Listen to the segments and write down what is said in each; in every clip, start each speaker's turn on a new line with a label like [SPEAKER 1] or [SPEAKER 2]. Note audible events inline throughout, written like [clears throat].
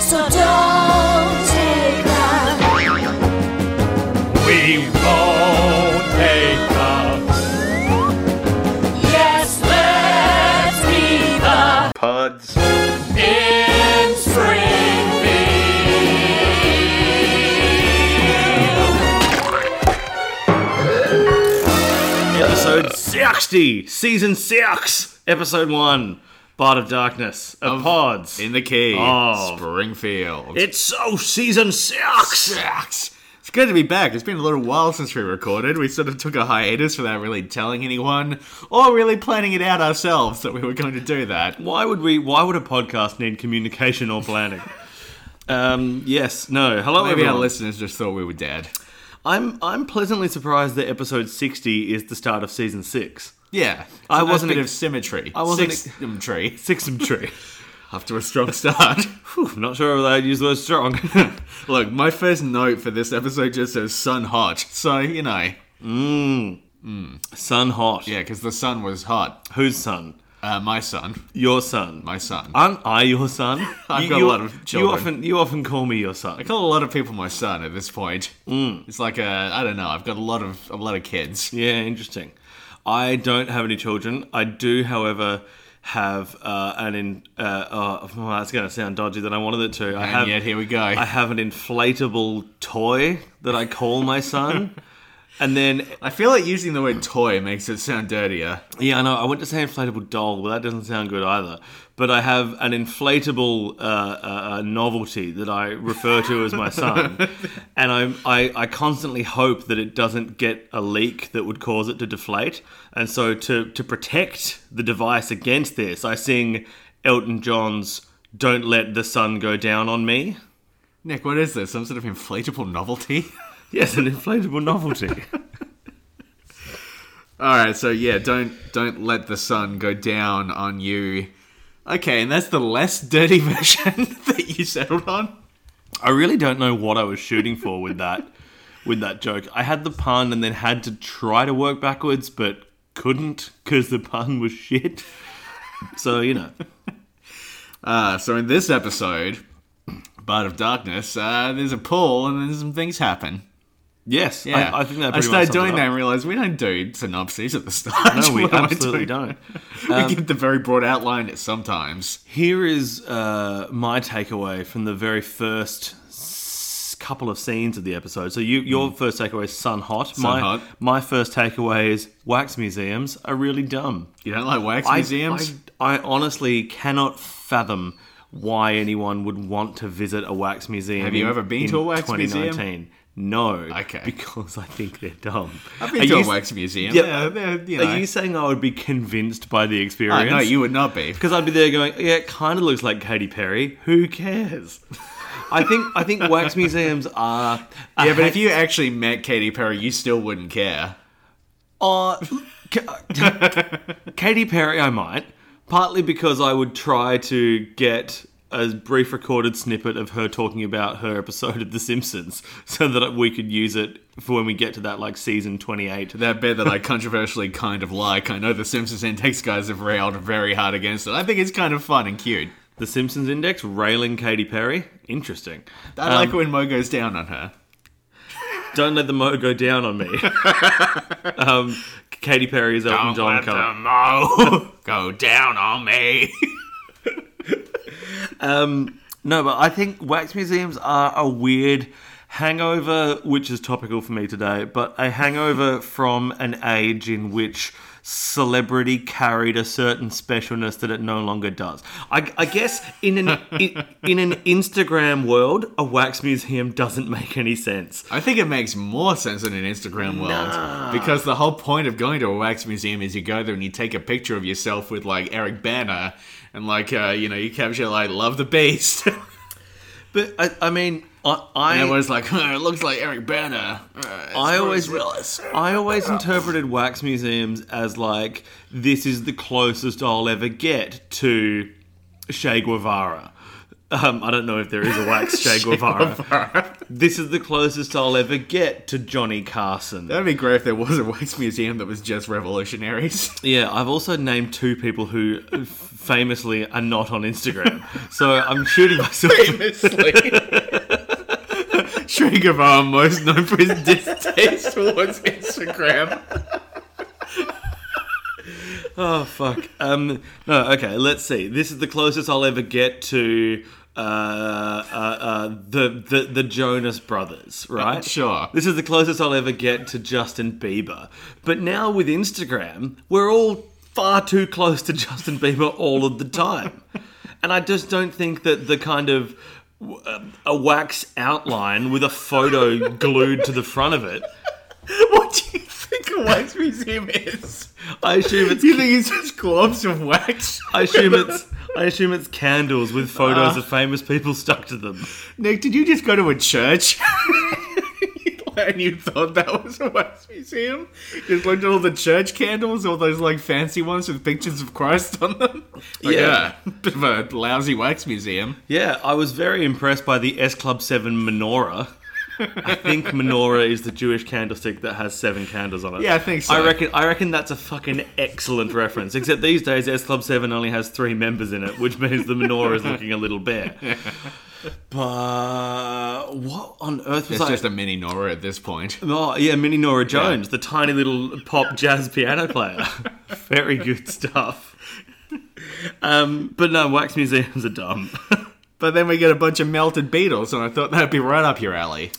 [SPEAKER 1] So don't take that.
[SPEAKER 2] We won't take the
[SPEAKER 1] Yes, let's be the
[SPEAKER 3] Pods.
[SPEAKER 2] in
[SPEAKER 3] Episode 60, season 6, episode 1, Part of Darkness, of, Pods.
[SPEAKER 4] In the key,
[SPEAKER 3] Oh.
[SPEAKER 4] Springfield.
[SPEAKER 3] it's so season 6!
[SPEAKER 4] sucks. It's good to be back. It's been a little while since we recorded. We sort of took a hiatus without really telling anyone or really planning it out ourselves that we were going to do that.
[SPEAKER 3] Why would we, why would a podcast need communication or planning? [laughs] um, yes, no, hello
[SPEAKER 4] Maybe our
[SPEAKER 3] everyone.
[SPEAKER 4] listeners just thought we were dead.
[SPEAKER 3] I'm, I'm pleasantly surprised that episode 60 is the start of season 6.
[SPEAKER 4] Yeah,
[SPEAKER 3] I
[SPEAKER 4] I was a
[SPEAKER 3] wasn't
[SPEAKER 4] bit
[SPEAKER 3] ex-
[SPEAKER 4] of symmetry.
[SPEAKER 3] I wasn't e- ex-
[SPEAKER 4] symmetry
[SPEAKER 3] Six of [laughs] tree.
[SPEAKER 4] after a strong start. [laughs]
[SPEAKER 3] Whew, not sure whether I'd use the word [laughs] strong.
[SPEAKER 4] Look, my first note for this episode just says sun hot. So you know,
[SPEAKER 3] sun hot.
[SPEAKER 4] yeah, because the sun was hot.
[SPEAKER 3] Whose son?
[SPEAKER 4] Uh, my son,
[SPEAKER 3] Your son.
[SPEAKER 4] my son.
[SPEAKER 3] Aren't I your son? [laughs]
[SPEAKER 4] I've
[SPEAKER 3] you,
[SPEAKER 4] got a
[SPEAKER 3] you-
[SPEAKER 4] lot of children.
[SPEAKER 3] You often, you often call me your son.
[SPEAKER 4] I call a lot of people my son at this point. Mm. It's like a I don't know. I've got a lot of a lot of kids.
[SPEAKER 3] Yeah, interesting. I don't have any children. I do, however, have uh, an in. Uh, oh, well, that's going to sound dodgy that I wanted it to. I
[SPEAKER 4] And
[SPEAKER 3] have.
[SPEAKER 4] yet here we go.
[SPEAKER 3] I have an inflatable toy that I call my [laughs] son. And then,
[SPEAKER 4] I feel like using the word toy makes it sound dirtier.
[SPEAKER 3] yeah, I know I went to say inflatable doll, but that doesn't sound good either. But I have an inflatable uh, uh, uh, novelty that I refer to as my son, and I'm, I I constantly hope that it doesn't get a leak that would cause it to deflate. And so to to protect the device against this, I sing Elton John's "Don't Let the Sun Go Down on Me."
[SPEAKER 4] Nick, what is this? Some sort of inflatable novelty? [laughs]
[SPEAKER 3] Yes, an inflatable novelty. [laughs]
[SPEAKER 4] All right, so yeah, don't don't let the sun go down on you. Okay, and that's the less dirty [laughs] version that you settled on.
[SPEAKER 3] I really don't know what I was shooting for with that with that joke. I had the pun and then had to try to work backwards, but couldn't because the pun was shit. So you know,
[SPEAKER 4] Uh, so in this episode, Bard of Darkness, uh, there's a pull and then some things happen.
[SPEAKER 3] yes,
[SPEAKER 4] Yeah,
[SPEAKER 3] I, I think that.
[SPEAKER 4] I
[SPEAKER 3] Pretty much
[SPEAKER 4] started
[SPEAKER 3] sums
[SPEAKER 4] doing
[SPEAKER 3] it
[SPEAKER 4] that and
[SPEAKER 3] up.
[SPEAKER 4] realized we don't do synopses at the start. [laughs]
[SPEAKER 3] No, we
[SPEAKER 4] What am I
[SPEAKER 3] absolutely
[SPEAKER 4] doing?
[SPEAKER 3] don't.
[SPEAKER 4] [laughs] we give the very broad outline sometimes.
[SPEAKER 3] Here is uh, my takeaway from the very first s- couple of scenes of the episode. So you, your first takeaway is sun hot. my
[SPEAKER 4] Mm. hot.
[SPEAKER 3] my first takeaway is wax museums are really dumb.
[SPEAKER 4] You don't like wax
[SPEAKER 3] I-
[SPEAKER 4] museums?
[SPEAKER 3] I, I honestly cannot fathom why anyone would want to visit a wax museum.
[SPEAKER 4] Have you
[SPEAKER 3] in-
[SPEAKER 4] ever been
[SPEAKER 3] in
[SPEAKER 4] to a wax museum?
[SPEAKER 3] 2019. No.
[SPEAKER 4] Okay.
[SPEAKER 3] Because I think they're dumb.
[SPEAKER 4] I've been
[SPEAKER 3] Are
[SPEAKER 4] to
[SPEAKER 3] you-
[SPEAKER 4] a wax museum.
[SPEAKER 3] Yeah.
[SPEAKER 4] Yeah, they're, you know.
[SPEAKER 3] Are you saying I would be convinced by the
[SPEAKER 4] Oh,
[SPEAKER 3] experience?
[SPEAKER 4] no, you would not [laughs] be.
[SPEAKER 3] Because I'd be there going, yeah, it kind of looks like Katy Perry. Who
[SPEAKER 4] [laughs]
[SPEAKER 3] cares? I think I think wax museums are.
[SPEAKER 4] Yeah, but if you actually met Katy Perry, you still wouldn't care.
[SPEAKER 3] Uh, Ka- Katy Perry, I might. Partly because I would try to get a brief recorded snippet of her talking about her episode of The Simpsons so that we could use it for when we get to that, like, season 28.
[SPEAKER 4] That bit [laughs] that I controversially kind of like. I know the Simpsons Index guys have railed very hard against it. I think it's kind of fun and cute.
[SPEAKER 3] The Simpsons Index railing Katy Perry? Interesting.
[SPEAKER 4] I like it when Mo goes down on her.
[SPEAKER 3] Don't let the mo go down on me. um, Katy Perry is Elton John cover.
[SPEAKER 4] [laughs] Mo go down on me. [laughs]
[SPEAKER 3] Um, no, but I think wax museums are a weird hangover, which is topical for me today, but a hangover from an age in which celebrity carried a certain specialness that it no longer does. I, I guess in an in, in an Instagram world, a wax museum doesn't make any sense.
[SPEAKER 4] I think it makes more sense in an Instagram world because the whole point of going to a wax museum is you go there and you take a picture of yourself with like Eric Banner and like uh, you know you capture like love the beast [laughs] and
[SPEAKER 3] But I, I mean, I, I
[SPEAKER 4] everyone's like "Huh, it looks like Eric Banner. Uh, it's
[SPEAKER 3] I
[SPEAKER 4] Bruce
[SPEAKER 3] always-
[SPEAKER 4] Willis.
[SPEAKER 3] I always interpreted wax museums as like this is the closest I'll ever get to Che Guevara. Um, I don't know if there is a [laughs] wax Che Guevara. this is the closest I'll ever get to Johnny Carson.
[SPEAKER 4] That'd be great if there was a wax museum that was just [laughs] revolutionaries.
[SPEAKER 3] Yeah, I've also named two people who [laughs] f- famously are not on Instagram. So I'm [laughs] shooting myself.
[SPEAKER 4] famously. [laughs] Che Guevara, most known for his distaste towards Instagram. [laughs]
[SPEAKER 3] Oh fuck. Um, no, okay. Let's see. This is the closest I'll ever get to uh, uh, uh, the, the the Jonas Brothers, right?
[SPEAKER 4] Uh, Sure.
[SPEAKER 3] This is the closest I'll ever get to Justin Bieber. But now with Instagram, we're all far too close to Justin Bieber all of the
[SPEAKER 4] [laughs]
[SPEAKER 3] time, and I just don't think that the kind of uh, a wax outline with a photo glued to the front of it.
[SPEAKER 4] What do you think a wax museum is?
[SPEAKER 3] I assume it's
[SPEAKER 4] Do you think it's just globes of wax?
[SPEAKER 3] I assume it's I assume it's candles with photos of famous people stuck to them.
[SPEAKER 4] Nick, did you just go to a church? [laughs] And you thought that was a wax museum? Just looked at all the church candles, all those like fancy ones with pictures of Christ on them. Like,
[SPEAKER 3] Yeah.
[SPEAKER 4] yeah, bit of a lousy wax museum.
[SPEAKER 3] Yeah, I was very impressed by the S Club 7 menorah. I think menorah is the Jewish candlestick that has seven candles on it.
[SPEAKER 4] Yeah, I think so.
[SPEAKER 3] I reckon I reckon that's a fucking excellent reference. Except these days S Club 7 only has 3 members in it, which means the menorah is looking a little bare.
[SPEAKER 4] [laughs]
[SPEAKER 3] But what on earth was
[SPEAKER 4] It's
[SPEAKER 3] I
[SPEAKER 4] just a mini Nora at this point.
[SPEAKER 3] Oh yeah, Minnie Nora Jones, the tiny little [laughs] pop jazz piano player. [laughs] Very good stuff. Um, but no, wax museums are dumb. [laughs]
[SPEAKER 4] But then we get a bunch of melted beetles, and I thought that'd be right up your alley.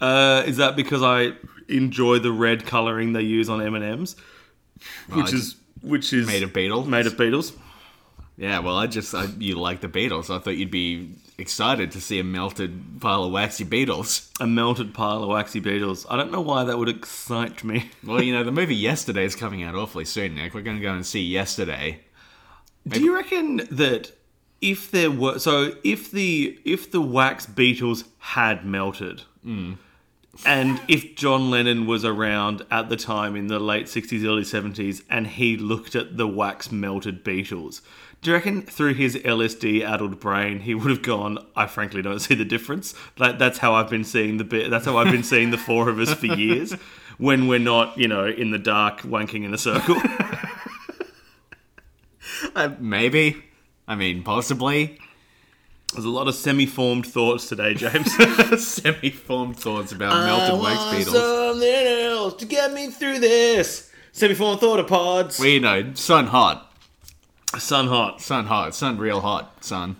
[SPEAKER 3] Uh, is that because I enjoy the red coloring they use on M and M's, which
[SPEAKER 4] I
[SPEAKER 3] is which is
[SPEAKER 4] Made of beetle.
[SPEAKER 3] made of beetles?
[SPEAKER 4] Yeah, well, I just I, you like the beetles. I thought you'd be excited to see a melted pile of waxy beetles.
[SPEAKER 3] A melted pile of waxy beetles. I don't know why that would excite me. [laughs]
[SPEAKER 4] Well, you know the movie Yesterday is coming out awfully soon, Nick. We're going to go and see Yesterday.
[SPEAKER 3] Do you reckon that if there were so if the if the wax beetles had melted and if John Lennon was around at the time in the late 60s early 70s and he looked at the wax melted beetles do you reckon through his LSD addled brain he would have gone I frankly don't see the difference like that's how I've been seeing the be- that's how I've been seeing the four of us for years when we're not you know in the dark wanking in a circle [laughs]
[SPEAKER 4] Uh, maybe. I mean, possibly. [laughs]
[SPEAKER 3] there's a lot of semi-formed thoughts today James
[SPEAKER 4] Semi-formed thoughts about melted wax beetles.
[SPEAKER 3] Something else to get me through this. Semi-form thought of pods.
[SPEAKER 4] Well, you know, sun hot,
[SPEAKER 3] Sun hot.
[SPEAKER 4] sun hot, sun real hot, sun.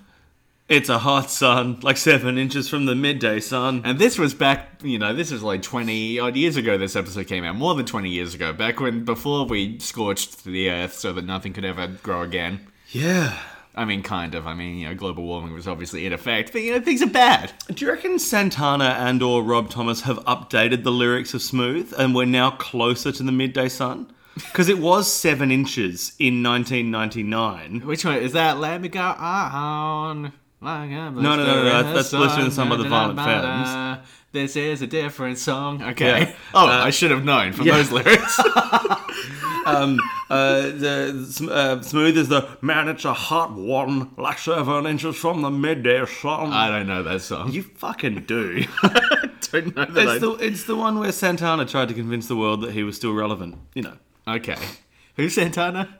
[SPEAKER 3] It's a hot sun, like seven inches from the midday sun.
[SPEAKER 4] And this was back, you know, this was like 20 odd years ago this episode came out, more than 20 years ago, back when, before we scorched the earth so that nothing could ever grow again.
[SPEAKER 3] Yeah.
[SPEAKER 4] I mean, kind of. I mean, you know, global warming was obviously in effect, but, you know, things are bad.
[SPEAKER 3] Do you reckon Santana and or Rob Thomas have updated the lyrics of Smooth and we're now closer to the midday sun? Because it was seven inches in 1999.
[SPEAKER 4] Which one is that? Let me go on. Like a
[SPEAKER 3] no, no, no,
[SPEAKER 4] blistering
[SPEAKER 3] no, that's
[SPEAKER 4] sun.
[SPEAKER 3] Blistering Sun by the Violent
[SPEAKER 4] Da-da-da-da-da. This is a different song.
[SPEAKER 3] [laughs]
[SPEAKER 4] Okay.
[SPEAKER 3] Yeah.
[SPEAKER 4] Oh,
[SPEAKER 3] Uh,
[SPEAKER 4] I should have known from
[SPEAKER 3] yeah.
[SPEAKER 4] those lyrics.
[SPEAKER 3] [laughs] Um, uh, the, sm- uh, smooth is the man, it's a hot one, like seven inches from the midday sun.
[SPEAKER 4] I don't know that song.
[SPEAKER 3] you fucking
[SPEAKER 4] [laughs]
[SPEAKER 3] do.
[SPEAKER 4] don't know that.
[SPEAKER 3] It's the, it's the one where Santana tried to convince the world that he was still relevant. You know,
[SPEAKER 4] Okay. Who's Santana?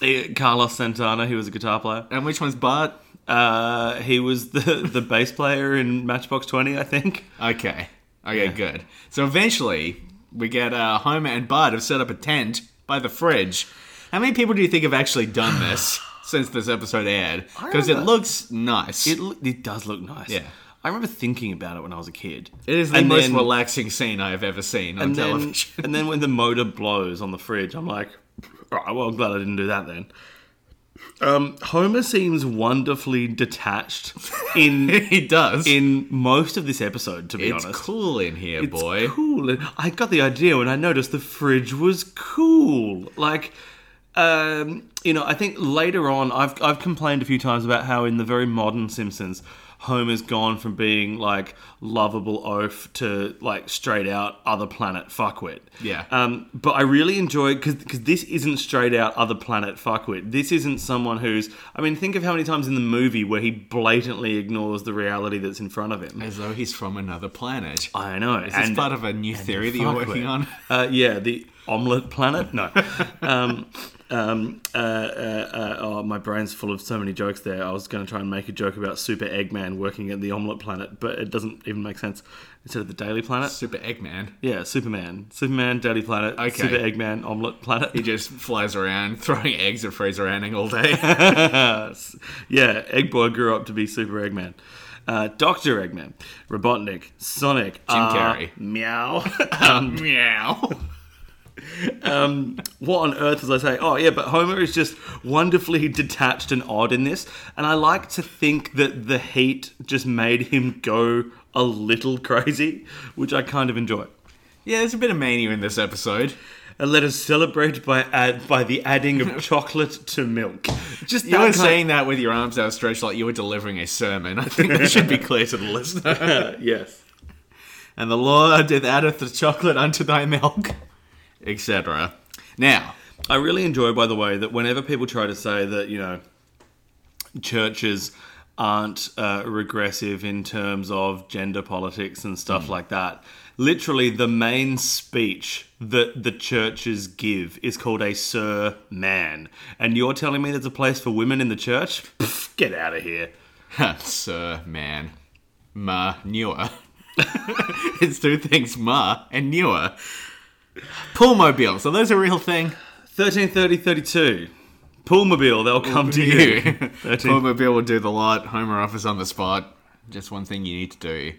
[SPEAKER 3] Eh, Carlos Santana, he was a guitar player.
[SPEAKER 4] And which one's Bart?
[SPEAKER 3] Uh, he was the, the bass player in Matchbox 20, I think.
[SPEAKER 4] Okay. Okay, good. So eventually, we get uh, Homer and Bart have set up a tent by the fridge. How many people do you think have actually done
[SPEAKER 3] [sighs]
[SPEAKER 4] this since this episode aired? Because it
[SPEAKER 3] remember-
[SPEAKER 4] looks nice.
[SPEAKER 3] It, lo- it does look nice.
[SPEAKER 4] Yeah.
[SPEAKER 3] I remember thinking about it when I was a kid.
[SPEAKER 4] it is the
[SPEAKER 3] And
[SPEAKER 4] most
[SPEAKER 3] then-
[SPEAKER 4] relaxing scene I have ever seen on
[SPEAKER 3] and then,
[SPEAKER 4] television. [laughs]
[SPEAKER 3] and then when the motor blows on the fridge, I'm like, all right, well, I'm glad I didn't do that then. Um, Homer seems wonderfully detached in
[SPEAKER 4] [laughs] he does.
[SPEAKER 3] in most of this episode, to be
[SPEAKER 4] it's
[SPEAKER 3] honest.
[SPEAKER 4] cool in here,
[SPEAKER 3] It's
[SPEAKER 4] boy.
[SPEAKER 3] cool. And I got the idea when I noticed the fridge was cool. Like, um, you know, I think later on, I've I've complained a few times about how in the very modern Simpsons, Homer's gone from being like lovable oaf to like straight out other planet fuckwit.
[SPEAKER 4] Yeah.
[SPEAKER 3] Um, but I really enjoy because because this isn't straight out other planet fuckwit. This isn't someone who's. I mean, think of how many times in the movie where he blatantly ignores the reality that's in front of him.
[SPEAKER 4] As though he's from another planet.
[SPEAKER 3] I know.
[SPEAKER 4] Is this part of a new theory that you're
[SPEAKER 3] Fuck
[SPEAKER 4] working
[SPEAKER 3] with.
[SPEAKER 4] on?
[SPEAKER 3] Uh, yeah, the omelette planet. No. um, um, uh, uh, uh, oh, my brain's full of so many jokes there. I was going to try and make a joke about Super Eggman working at the omelette planet, but it doesn't even make sense. Instead of the Daily Planet.
[SPEAKER 4] [laughs] Super Eggman.
[SPEAKER 3] Yeah, Superman. Superman, Daily Planet,
[SPEAKER 4] Okay.
[SPEAKER 3] Super Eggman, Omelette Planet.
[SPEAKER 4] He just flies around throwing eggs at Fraser Anning all day.
[SPEAKER 3] [laughs] yeah, Egg Boy grew up to be Super Eggman. Uh, Dr. Eggman, Robotnik, Sonic, Jim
[SPEAKER 4] Carrey.
[SPEAKER 3] Meow. [laughs]
[SPEAKER 4] Meow.
[SPEAKER 3] um, what on earth was I saying? Oh, yeah, but Homer is just wonderfully detached and odd in this. And I like to think that the heat just made him go a little [laughs] crazy, which I kind of enjoy.
[SPEAKER 4] Yeah, there's a bit of mania in this episode.
[SPEAKER 3] And let us celebrate by add, by the adding
[SPEAKER 4] [laughs]
[SPEAKER 3] of chocolate to milk. Just
[SPEAKER 4] You
[SPEAKER 3] that
[SPEAKER 4] were
[SPEAKER 3] kind-
[SPEAKER 4] saying that with your arms outstretched like you were delivering a sermon. I think that
[SPEAKER 3] [laughs]
[SPEAKER 4] should be clear to the listener.
[SPEAKER 3] yes.
[SPEAKER 4] and the Lord did addeth the chocolate unto thy milk, etc. Now,
[SPEAKER 3] I really enjoy, by the way, that whenever people try to say that, you know, churches aren't uh, regressive in terms of gender politics and stuff
[SPEAKER 4] Mm.
[SPEAKER 3] like that, literally the main speech that the churches give is called a Sir Man. And you're telling me there's a place for women in the church? Pff, get out of here.
[SPEAKER 4] sir, uh, man, ma, newer. [laughs] it's two things, ma and newer. Pullmobile. So those a real thing.
[SPEAKER 3] 133032. Poolmobile, they'll come to you. [laughs] Thirteen-
[SPEAKER 4] Pullmobile will do the lot. Homer offers on the spot. Just one thing you need to do.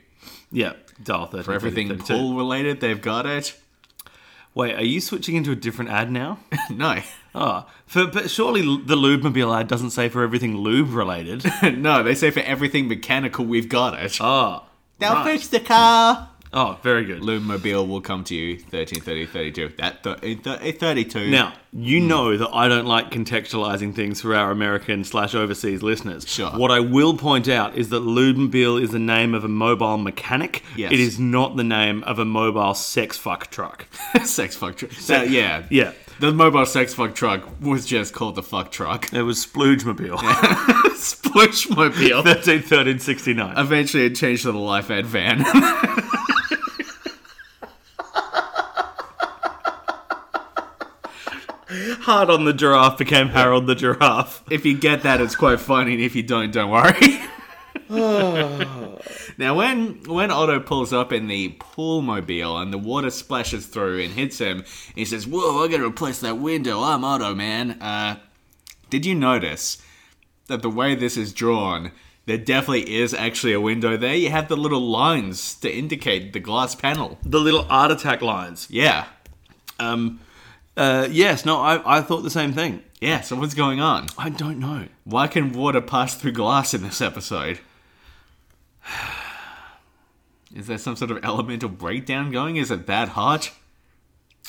[SPEAKER 3] Yeah, dial 13.
[SPEAKER 4] For everything pool related, they've got it. [laughs]
[SPEAKER 3] Wait, are you switching into a different ad now?
[SPEAKER 4] No. [laughs]
[SPEAKER 3] Ah, for, but surely the lube mobile ad doesn't say for everything lube
[SPEAKER 4] [laughs]
[SPEAKER 3] related.
[SPEAKER 4] no, they say for everything mechanical, we've got it.
[SPEAKER 3] Ah,
[SPEAKER 4] They'll fix the car.
[SPEAKER 3] oh, very good.
[SPEAKER 4] Loommobile will come to you 13, 30, 32. That th- 32.
[SPEAKER 3] Now
[SPEAKER 4] Hmm.
[SPEAKER 3] you know that I don't like contextualizing things for our American slash overseas listeners.
[SPEAKER 4] Sure.
[SPEAKER 3] What I will point out is that Ludenbill is the name of a mobile mechanic.
[SPEAKER 4] Yes.
[SPEAKER 3] It is not the name of a mobile sex fuck truck.
[SPEAKER 4] [laughs] sex fuck truck. So, Uh, yeah.
[SPEAKER 3] [laughs] Yeah.
[SPEAKER 4] The mobile sex fuck truck was just called the fuck truck. [laughs]
[SPEAKER 3] It was Sploogemobile. [laughs]
[SPEAKER 4] Splooshmobile.
[SPEAKER 3] 13, 13, 69.
[SPEAKER 4] Eventually it changed to the life ad van. [laughs]
[SPEAKER 3] Hard on the giraffe became Harold the giraffe.
[SPEAKER 4] if you get that, it's quite funny. And if you don't, don't worry. [laughs] now, when when Otto pulls up in the pool mobile and the water splashes through and hits him, he says, "Whoa, I gotta replace that window. I'm Otto, man." Uh, did you notice that the way this is drawn? There definitely is actually a window there. You have the little lines to indicate the glass panel.
[SPEAKER 3] The little art attack lines.
[SPEAKER 4] Yeah.
[SPEAKER 3] Um, uh, yes, no, I, I thought the same thing.
[SPEAKER 4] Yeah, so what's going on?
[SPEAKER 3] I don't know.
[SPEAKER 4] Why can water pass through glass in this episode? [sighs] Is there some sort of elemental breakdown going? Is it that hot?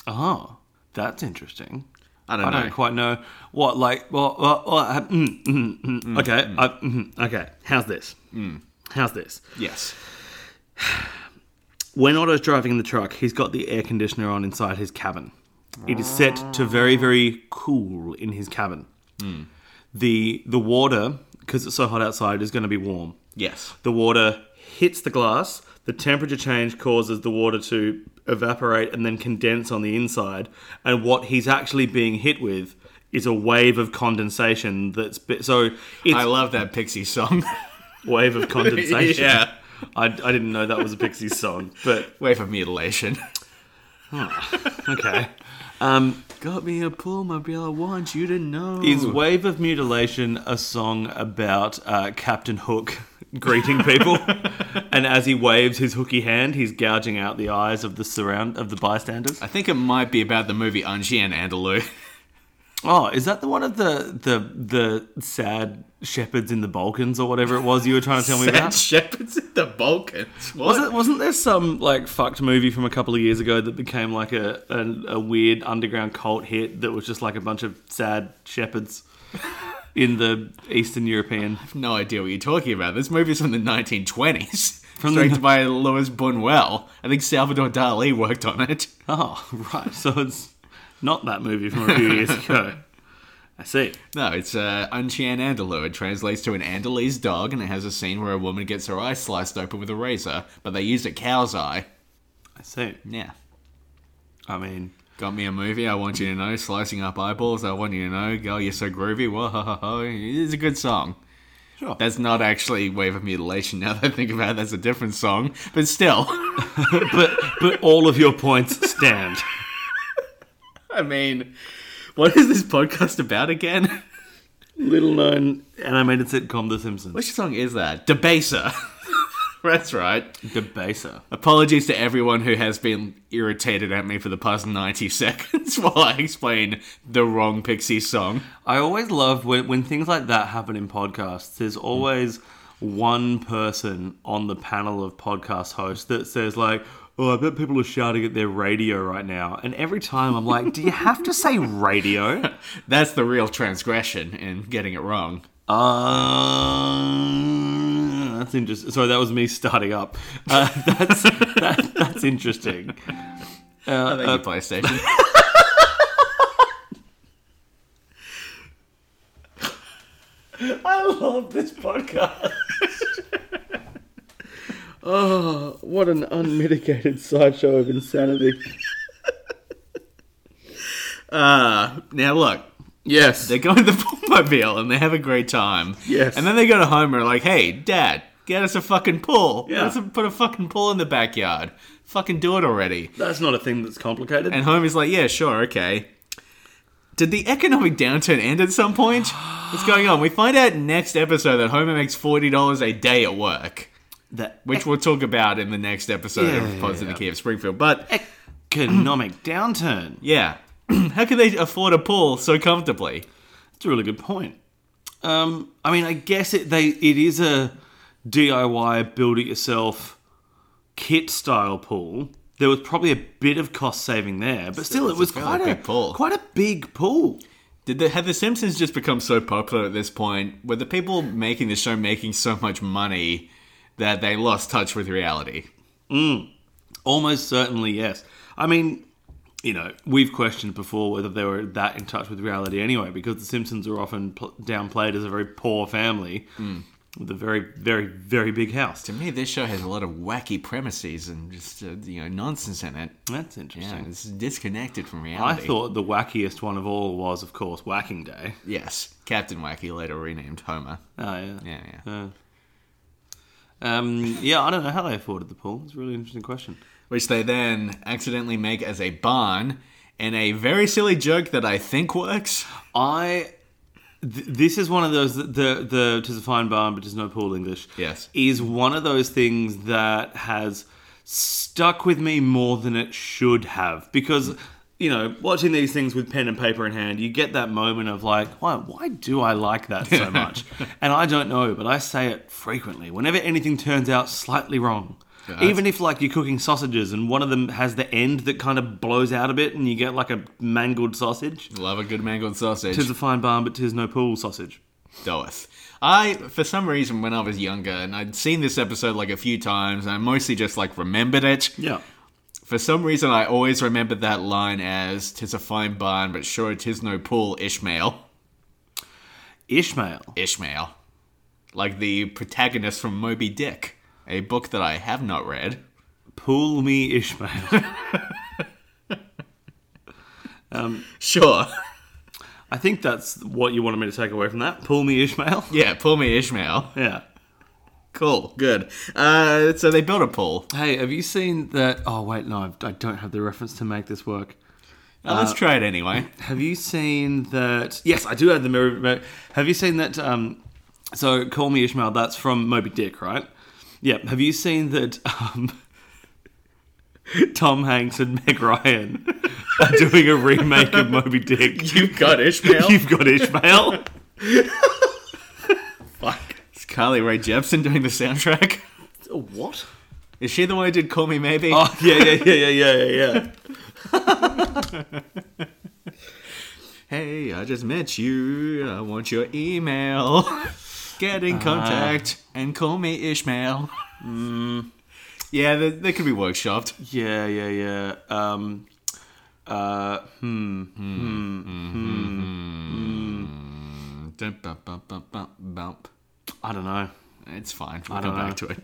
[SPEAKER 3] Oh, that's interesting.
[SPEAKER 4] I don't
[SPEAKER 3] I
[SPEAKER 4] know.
[SPEAKER 3] don't quite know what, like, well, well, well uh, mm, mm, mm, okay, I, mm, okay. How's this? How's this?
[SPEAKER 4] Yes.
[SPEAKER 3] When Otto's driving in the truck, he's got the air conditioner on inside his cabin. It is set to very, very cool in his cabin. Mm. The the water, because it's so hot outside, is going to be warm.
[SPEAKER 4] Yes.
[SPEAKER 3] The water hits the glass. The temperature change causes the water to evaporate and then condense on the inside. And what he's actually being hit with is a wave of condensation. That's bi- so it's
[SPEAKER 4] I love that Pixie song. [laughs]
[SPEAKER 3] wave of condensation.
[SPEAKER 4] Yeah.
[SPEAKER 3] I, I didn't know that was a Pixies song, but
[SPEAKER 4] Wave of mutilation.
[SPEAKER 3] okay.
[SPEAKER 4] [laughs] Got me a pool mobile, I want you to know.
[SPEAKER 3] Is Wave of Mutilation a song about uh, Captain Hook greeting people? and as he waves his hooky hand, he's gouging out the eyes of the surround of the bystanders.
[SPEAKER 4] I think it might be about the movie Angie and Andalou.
[SPEAKER 3] Oh, is that the one of the the the sad shepherds in the Balkans or whatever it was you were trying to tell me
[SPEAKER 4] Sad
[SPEAKER 3] about?
[SPEAKER 4] [laughs] Shepherds in the Balkans. What?
[SPEAKER 3] Was it, wasn't there some like fucked movie from a couple of years ago that became like a, a a weird underground cult hit that was just like a bunch of sad shepherds? in the Eastern European.
[SPEAKER 4] no idea what you're talking about. This movie's from the 1920s,
[SPEAKER 3] [laughs] From the
[SPEAKER 4] directed
[SPEAKER 3] ni-
[SPEAKER 4] by Louis Buñuel. I think Salvador Dali worked on it. [laughs]
[SPEAKER 3] Oh, right. So it's not that movie from a few years ago. I see.
[SPEAKER 4] No, it's uh, Unchian Andalou. It translates to an Andalese dog, and it has a scene where a woman gets her eye sliced open with a razor, but they used a cow's eye.
[SPEAKER 3] I see.
[SPEAKER 4] Yeah.
[SPEAKER 3] I mean,
[SPEAKER 4] Got me a movie, I want you to know. Slicing up eyeballs, I want you to know. Girl, you're so groovy. Whoa, ho, ho, ho. It's a good song.
[SPEAKER 3] Sure.
[SPEAKER 4] That's not actually Wave of Mutilation now that I think about it. That's a different song, but still. [laughs]
[SPEAKER 3] but but all of your points stand.
[SPEAKER 4] I mean, what is this podcast about again?
[SPEAKER 3] [laughs] Little known animated sitcom The Simpsons.
[SPEAKER 4] Which song is that? Debaser. [laughs] That's right.
[SPEAKER 3] Debaser.
[SPEAKER 4] Apologies to everyone who has been irritated at me for the past 90 [laughs] seconds while I explain the wrong Pixie song.
[SPEAKER 3] I always love when, when things like that happen in podcasts. There's always one person on the panel of podcast hosts that says like, "Oh, I bet people are shouting at their radio right now." And every time I'm like, "Do you have to say radio?"
[SPEAKER 4] That's the real transgression in getting it wrong.
[SPEAKER 3] Um, that's interesting. Sorry, that was me starting up. Uh, [laughs] that's that, that's interesting. Uh,
[SPEAKER 4] Oh, thank you, PlayStation.
[SPEAKER 3] [laughs]
[SPEAKER 4] I love
[SPEAKER 3] [laughs]
[SPEAKER 4] this podcast.
[SPEAKER 3] Ah, What an unmitigated sideshow of insanity.
[SPEAKER 4] Uh, now look,
[SPEAKER 3] Yes.
[SPEAKER 4] they go to the [laughs] poolmobile and they have a great time.
[SPEAKER 3] Yes.
[SPEAKER 4] And then they go to Homer like, "Hey, Dad, get us a fucking pool.
[SPEAKER 3] Yeah.
[SPEAKER 4] Let's put a fucking pool in the backyard. Fucking do it already."
[SPEAKER 3] that's not a thing that's complicated.
[SPEAKER 4] And Homer's like, "Yeah, sure, okay." Did the economic downturn end at some point? What's going on? We find out next episode that Homer makes forty dollars a day at work.
[SPEAKER 3] that
[SPEAKER 4] which we'll talk about in the next episode
[SPEAKER 3] Yeah,
[SPEAKER 4] of
[SPEAKER 3] yeah,
[SPEAKER 4] Pods in the
[SPEAKER 3] yeah.
[SPEAKER 4] Key of Springfield. But
[SPEAKER 3] economic [clears throat] downturn.
[SPEAKER 4] yeah, [clears throat] how can they afford a pool so comfortably?
[SPEAKER 3] That's a really good point. Um, I mean, I guess it they it is a DIY build it yourself kit style pool. There was probably a bit of cost saving there, but still, it
[SPEAKER 4] it's a
[SPEAKER 3] was
[SPEAKER 4] fairly
[SPEAKER 3] quite a
[SPEAKER 4] big pool.
[SPEAKER 3] Quite a big pool.
[SPEAKER 4] Did the, had the Simpsons just become so popular at this point? Were the people making the show making so much money that they lost touch with reality?
[SPEAKER 3] Almost certainly, yes. I mean, you know, we've questioned before whether they were that in touch with reality anyway, because The Simpsons are often pl- downplayed as a very poor family
[SPEAKER 4] Hmm.
[SPEAKER 3] with a very, very, very big house.
[SPEAKER 4] To me, this show has a lot of wacky premises and just uh, you know nonsense in it.
[SPEAKER 3] That's
[SPEAKER 4] Yeah,
[SPEAKER 3] interesting.
[SPEAKER 4] it's disconnected from
[SPEAKER 3] I
[SPEAKER 4] reality.
[SPEAKER 3] thought the wackiest one of all was, of course, Whacking Day.
[SPEAKER 4] yes, Captain Wacky later renamed Homer.
[SPEAKER 3] Oh, yeah.
[SPEAKER 4] Yeah, yeah.
[SPEAKER 3] Um, yeah, I don't know how they afforded the pool. It's a really interesting question.
[SPEAKER 4] which they then accidentally make as a barn in a very silly joke that I think works.
[SPEAKER 3] I. Th- this is one of those the the, the tis a fine barn but tis no pool English.
[SPEAKER 4] Yes.
[SPEAKER 3] is one of those things that has stuck with me more than it should have because you know watching these things with pen and paper in hand, you get that moment of like, why why do I like that so much? and I don't know, but I say it frequently whenever anything turns out slightly wrong.
[SPEAKER 4] Yeah,
[SPEAKER 3] Even if like you're cooking sausages and one of them has the end that kind of blows out a bit and you get like a mangled sausage,
[SPEAKER 4] Love a good mangled sausage.
[SPEAKER 3] tis a fine barn but tis no pool sausage.
[SPEAKER 4] Doeth. I, for some reason, when I was younger, and I'd seen this episode like a few times, and I mostly just like remembered it.
[SPEAKER 3] Yeah.
[SPEAKER 4] For some reason, I always remembered that line as "Tis a fine barn, but sure tis no pool." Ishmael,
[SPEAKER 3] Ishmael.
[SPEAKER 4] Ishmael, like the protagonist from Moby Dick, a book that I have not read.
[SPEAKER 3] Pull me Ishmael. [laughs]
[SPEAKER 4] Sure,
[SPEAKER 3] I think that's what you wanted me to take away from that. Pull me Ishmael.
[SPEAKER 4] [laughs]
[SPEAKER 3] [laughs]
[SPEAKER 4] yeah, pull me Ishmael.
[SPEAKER 3] Yeah.
[SPEAKER 4] Cool, good. Uh, so they built a pool.
[SPEAKER 3] Hey, have you seen that? Oh, wait, no, I've- I don't have the reference to make this work.
[SPEAKER 4] Uh, let's try it [laughs] anyway.
[SPEAKER 3] Have you seen that? Yes, I do have the mirror. mirror- Have you seen that? Um, so, Call Me Ishmael, that's from Moby Dick, right? Yeah. Have you seen that um, [laughs] Tom Hanks and Meg Ryan [laughs] are doing a remake of Moby [laughs] Dick?
[SPEAKER 4] You've got [laughs] Ishmael.
[SPEAKER 3] You've got Ishmael.
[SPEAKER 4] Is Carly Rae Jepsen doing the soundtrack? [laughs]
[SPEAKER 3] what?
[SPEAKER 4] Is she the one who did Call Me Maybe?
[SPEAKER 3] Oh, yeah, yeah, yeah, yeah, yeah, yeah, yeah.
[SPEAKER 4] Hey, I just met you. I want your email. [laughs] Get in contact and call me Ishmael. Hmm. [laughs] Yeah, they, they could be workshopped.
[SPEAKER 3] Yeah, yeah, yeah. Um, uh, hmm.
[SPEAKER 4] Dun, bump, bump, bump, bump, bump.
[SPEAKER 3] I don't know.
[SPEAKER 4] It's fine. We'll
[SPEAKER 3] don't
[SPEAKER 4] come back
[SPEAKER 3] know.
[SPEAKER 4] to it.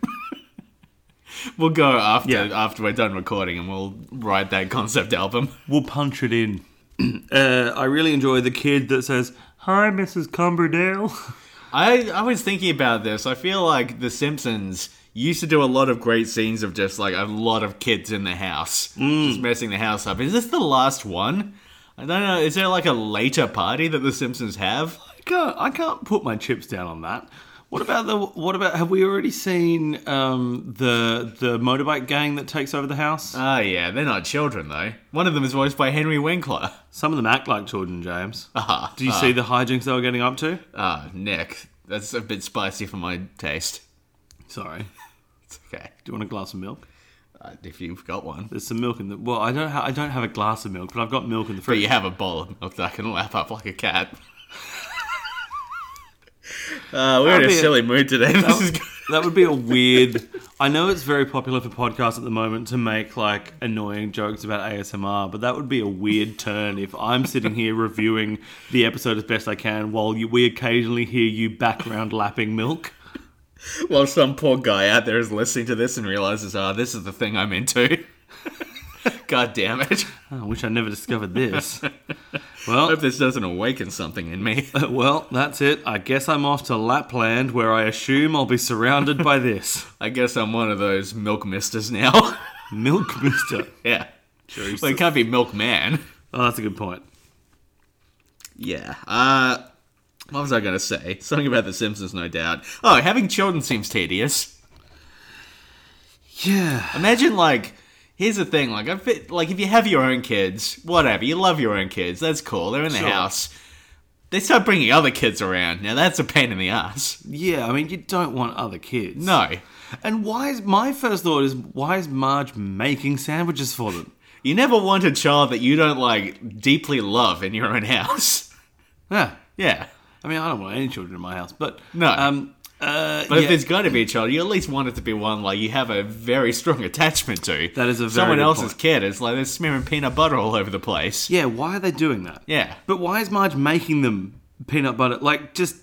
[SPEAKER 4] [laughs] we'll go after
[SPEAKER 3] Yeah.
[SPEAKER 4] after we're done recording, and we'll write that concept album. [laughs]
[SPEAKER 3] We'll punch it in. [clears throat] uh, I really enjoy the kid that says, "Hi, Mrs. Cumberdale." [laughs]
[SPEAKER 4] I I was thinking about this. I feel like The Simpsons used to do a lot of great scenes of just like a lot of kids in the house,
[SPEAKER 3] Mm.
[SPEAKER 4] just messing the house up. Is this the last one? I don't know. Is there like a later party that The Simpsons have?
[SPEAKER 3] I can't, I can't put my chips down on that. What about the? What about? Have we already seen um, the the motorbike gang that takes over the house?
[SPEAKER 4] Oh yeah, they're not children though. One of them is voiced by Henry Winkler.
[SPEAKER 3] Some of them act like children, James.
[SPEAKER 4] Ah,
[SPEAKER 3] Do you see the hijinks they were getting up to? Uh,
[SPEAKER 4] ah, Nick. That's a bit spicy for my taste.
[SPEAKER 3] Sorry.
[SPEAKER 4] It's okay.
[SPEAKER 3] Do you want a glass of milk?
[SPEAKER 4] Uh, if you've got one.
[SPEAKER 3] There's some milk in the. Well, I don't. Ha- I don't have a glass of milk, but I've got milk in the
[SPEAKER 4] But
[SPEAKER 3] fridge.
[SPEAKER 4] you have a bowl of milk that I can lap up like a cat. Uh, we're
[SPEAKER 3] That'd
[SPEAKER 4] in a
[SPEAKER 3] be a-
[SPEAKER 4] silly mood today. [laughs] This is
[SPEAKER 3] that,
[SPEAKER 4] good.
[SPEAKER 3] [laughs] that would be a weird. I know it's very popular for podcasts at the moment to make like annoying jokes about ASMR, but that would be a weird turn if I'm sitting here reviewing the episode as best I can while you, we occasionally hear you background lapping milk.
[SPEAKER 4] While some poor guy out there is listening to this and realizes, ah, this is the thing I'm into. [laughs] God damn it.
[SPEAKER 3] Oh, I wish I never discovered this.
[SPEAKER 4] I
[SPEAKER 3] Well,
[SPEAKER 4] hope this doesn't awaken something in me. [laughs]
[SPEAKER 3] [laughs] well, that's it. I guess I'm off to Lapland, where I assume I'll be surrounded by this
[SPEAKER 4] I guess I'm one of those milk misters now. [laughs]
[SPEAKER 3] milk, Mister.
[SPEAKER 4] yeah. Well, it can't be milkman.
[SPEAKER 3] Oh, that's a good point.
[SPEAKER 4] Yeah. Uh, what was I going to say? Something about The Simpsons, no doubt. Oh, having children seems tedious.
[SPEAKER 3] Yeah.
[SPEAKER 4] Imagine like here's the thing like I fit like if you have your own kids, whatever you love your own kids, that's cool. They're in the
[SPEAKER 3] Sure.
[SPEAKER 4] house. They start bringing other kids around. Now that's a pain in the ass.
[SPEAKER 3] Yeah, I mean, you don't want other kids.
[SPEAKER 4] No,
[SPEAKER 3] And why is my first thought is why is Marge making sandwiches for them?
[SPEAKER 4] you never want a child that you don't like deeply love in your own house. [laughs]
[SPEAKER 3] Yeah,
[SPEAKER 4] Yeah,
[SPEAKER 3] I mean I don't want any children in my house, but
[SPEAKER 4] No.
[SPEAKER 3] um, uh,
[SPEAKER 4] but
[SPEAKER 3] yeah.
[SPEAKER 4] if there's going to be a child, you at least want it to be one like you have a very strong attachment to.
[SPEAKER 3] That is a very
[SPEAKER 4] someone
[SPEAKER 3] good
[SPEAKER 4] else's
[SPEAKER 3] point.
[SPEAKER 4] kid. It's like they're smearing peanut butter all over the place.
[SPEAKER 3] yeah, why are they doing that?
[SPEAKER 4] Yeah.
[SPEAKER 3] but why is Marge making them peanut butter? Like, just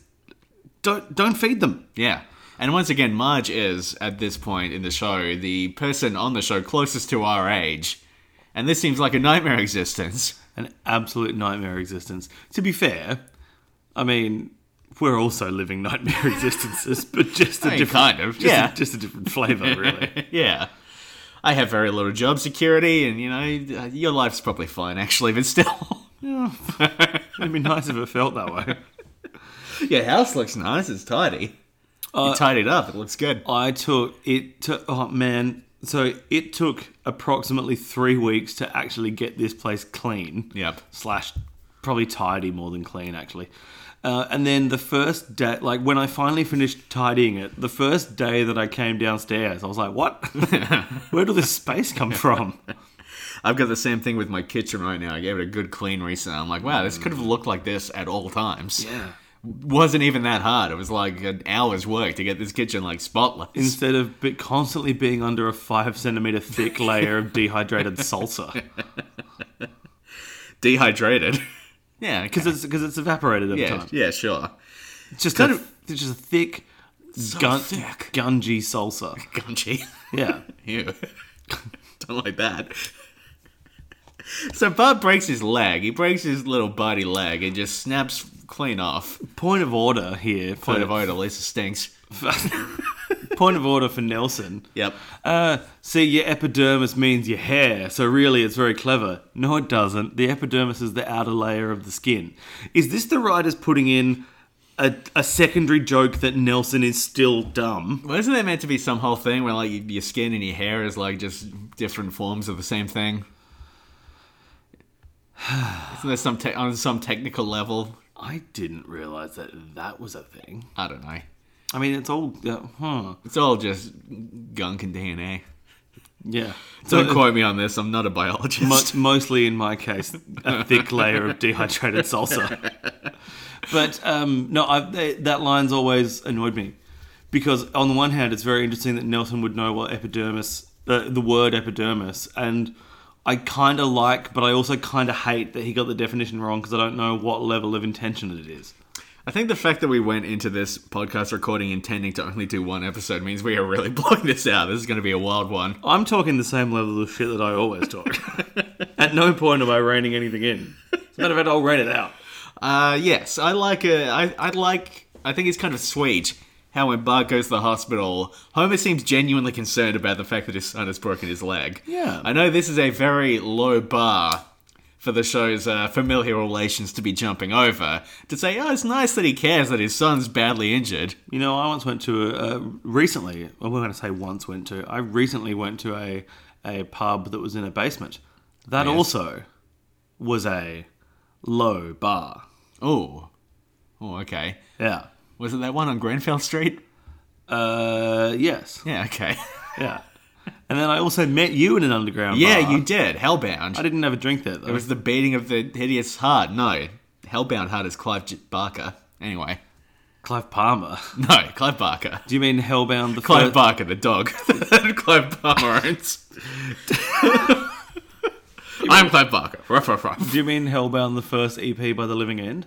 [SPEAKER 3] don't don't feed them.
[SPEAKER 4] Yeah. And once again, Marge is, at this point in the show, the person on the show closest to our age. And this seems like a nightmare existence.
[SPEAKER 3] An absolute nightmare existence. To be fair, I mean we're also living nightmare [laughs] existences, but just a
[SPEAKER 4] I mean,
[SPEAKER 3] different
[SPEAKER 4] kind of,
[SPEAKER 3] just a-
[SPEAKER 4] yeah.
[SPEAKER 3] just a different flavor,
[SPEAKER 4] [laughs]
[SPEAKER 3] really.
[SPEAKER 4] yeah. I have very little job security, and, you know, your life's probably fine, actually, but still. [laughs]
[SPEAKER 3] It'd be nice if it felt that way.
[SPEAKER 4] your house looks nice, it's tidy. you tidied up, it looks good.
[SPEAKER 3] I took it took oh man, so it took approximately three weeks to actually get this place clean.
[SPEAKER 4] Yep.
[SPEAKER 3] Slash, probably tidy more than clean actually. Uh, and then the first day, like when I finally finished tidying it, the first day that I came downstairs, I was like, "What? [laughs] Where did this space come
[SPEAKER 4] [laughs]
[SPEAKER 3] from?"
[SPEAKER 4] I've got the same thing with my kitchen right now. I gave it a good clean recently. I'm like, wow, this could have looked like this at all times.
[SPEAKER 3] Mm. Yeah.
[SPEAKER 4] Wasn't even that hard. It was like an hour's work to get this kitchen like spotless.
[SPEAKER 3] Instead of be- constantly being under a five centimeter thick layer of
[SPEAKER 4] [laughs]
[SPEAKER 3] dehydrated salsa, [laughs]
[SPEAKER 4] dehydrated. yeah,
[SPEAKER 3] because it's because it's evaporated over
[SPEAKER 4] yeah,
[SPEAKER 3] time.
[SPEAKER 4] yeah, sure.
[SPEAKER 3] It's just
[SPEAKER 4] Kind
[SPEAKER 3] a,
[SPEAKER 4] of-
[SPEAKER 3] it's just a thick, gun,
[SPEAKER 4] thick.
[SPEAKER 3] gungy
[SPEAKER 4] [laughs]
[SPEAKER 3] salsa.
[SPEAKER 4] Gungy.
[SPEAKER 3] Yeah,
[SPEAKER 4] Ew. [laughs] Don't like that. So Bart breaks his leg. He breaks his little body leg and just snaps clean off.
[SPEAKER 3] point of order here. For,
[SPEAKER 4] Point of order, Lisa stinks.
[SPEAKER 3] [laughs] point of order for Nelson.
[SPEAKER 4] Yep.
[SPEAKER 3] Uh, see, your epidermis means your hair, so really it's very clever. No, it doesn't. The epidermis is the outer layer of the skin. Is this the writers putting in a, a secondary joke that Nelson is still dumb?
[SPEAKER 4] Well, isn't there meant to be some whole thing where like y- your skin and your hair is like just different forms of the same thing? [sighs] Isn't there some te- on some technical level?
[SPEAKER 3] I didn't realize that that was a thing.
[SPEAKER 4] I don't know.
[SPEAKER 3] I mean, it's all. Uh, huh.
[SPEAKER 4] It's all just gunk and DNA.
[SPEAKER 3] Yeah.
[SPEAKER 4] Don't
[SPEAKER 3] So
[SPEAKER 4] quote me on this. I'm not a biologist.
[SPEAKER 3] mo- mostly in my case, a thick layer of dehydrated salsa. But um, no, I've, they, that line's always annoyed me because on the one hand, it's very interesting that Nelson would know what epidermis, uh, the word epidermis, and I kind of like, but I also kind of hate that he got the definition wrong because I don't know what level of intention it is.
[SPEAKER 4] [laughs] I think the fact that we went into this podcast recording intending to only do one episode means we are really blowing this out. This is going to be a wild one.
[SPEAKER 3] I'm talking the same level of shit that I always talk. At no point am I reining anything in. As a matter of fact, I'll rein it out.
[SPEAKER 4] Uh, yes, I like a, I, I like. I think it's kind of sweet how when Bart goes to the hospital, Homer seems genuinely concerned about the fact that his son has broken his leg.
[SPEAKER 3] Yeah.
[SPEAKER 4] I know this is a very low bar for the show's uh, familiar relations to be jumping over. To say, oh, it's nice that he cares that his son's badly injured.
[SPEAKER 3] You know, I once went to a, a recently. I'm going to say once went to. I recently went to a a pub that was in a basement. That also was a low bar.
[SPEAKER 4] Oh, oh, okay.
[SPEAKER 3] Yeah.
[SPEAKER 4] Was it that one on Grenfell Street?
[SPEAKER 3] Uh, yes.
[SPEAKER 4] Yeah, okay. [laughs]
[SPEAKER 3] Yeah. And then I also met you in an underground.
[SPEAKER 4] yeah,
[SPEAKER 3] bar.
[SPEAKER 4] you did. Hellbound.
[SPEAKER 3] I didn't have a drink there though.
[SPEAKER 4] It was the beating of the hideous heart. No, Hellbound Heart is Clive J- Barker. Anyway,
[SPEAKER 3] Clive Palmer.
[SPEAKER 4] no, Clive Barker.
[SPEAKER 3] Do you mean Hellbound? The
[SPEAKER 4] Clive
[SPEAKER 3] first-
[SPEAKER 4] Barker, the dog [laughs] that Clive Palmer owns. I'm Clive Barker. Ruff, ruff, ruff.
[SPEAKER 3] Do you mean Hellbound? The first EP by The Living End.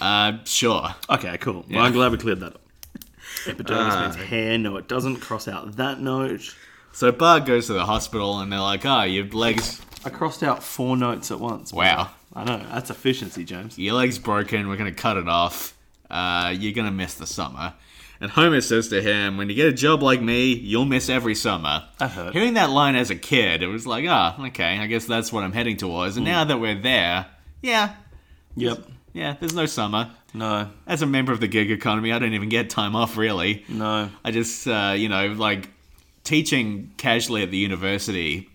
[SPEAKER 4] Uh, sure.
[SPEAKER 3] Okay, cool. Well, I'm glad we cleared [laughs] that up. Ah. Epidermis means hair. No, it doesn't. Cross out that note.
[SPEAKER 4] So Bart goes to the hospital and they're like, oh, your legs.
[SPEAKER 3] I crossed out four notes at once.
[SPEAKER 4] Wow.
[SPEAKER 3] I know. That's efficiency, James.
[SPEAKER 4] Your leg's broken. We're going to cut it off. Uh, you're going to miss the summer. And Homer says to him, when you get a job like me, you'll miss every summer.
[SPEAKER 3] That hurt.
[SPEAKER 4] Hearing that line as a kid, it was like, ah, okay, I guess that's what I'm heading towards.
[SPEAKER 3] Hmm.
[SPEAKER 4] And now that we're there, yeah,
[SPEAKER 3] Yep.
[SPEAKER 4] yeah, there's no summer.
[SPEAKER 3] No,
[SPEAKER 4] As a member of the gig economy, I don't even get time off, really.
[SPEAKER 3] no.
[SPEAKER 4] I just, uh, you know, like teaching casually at the university,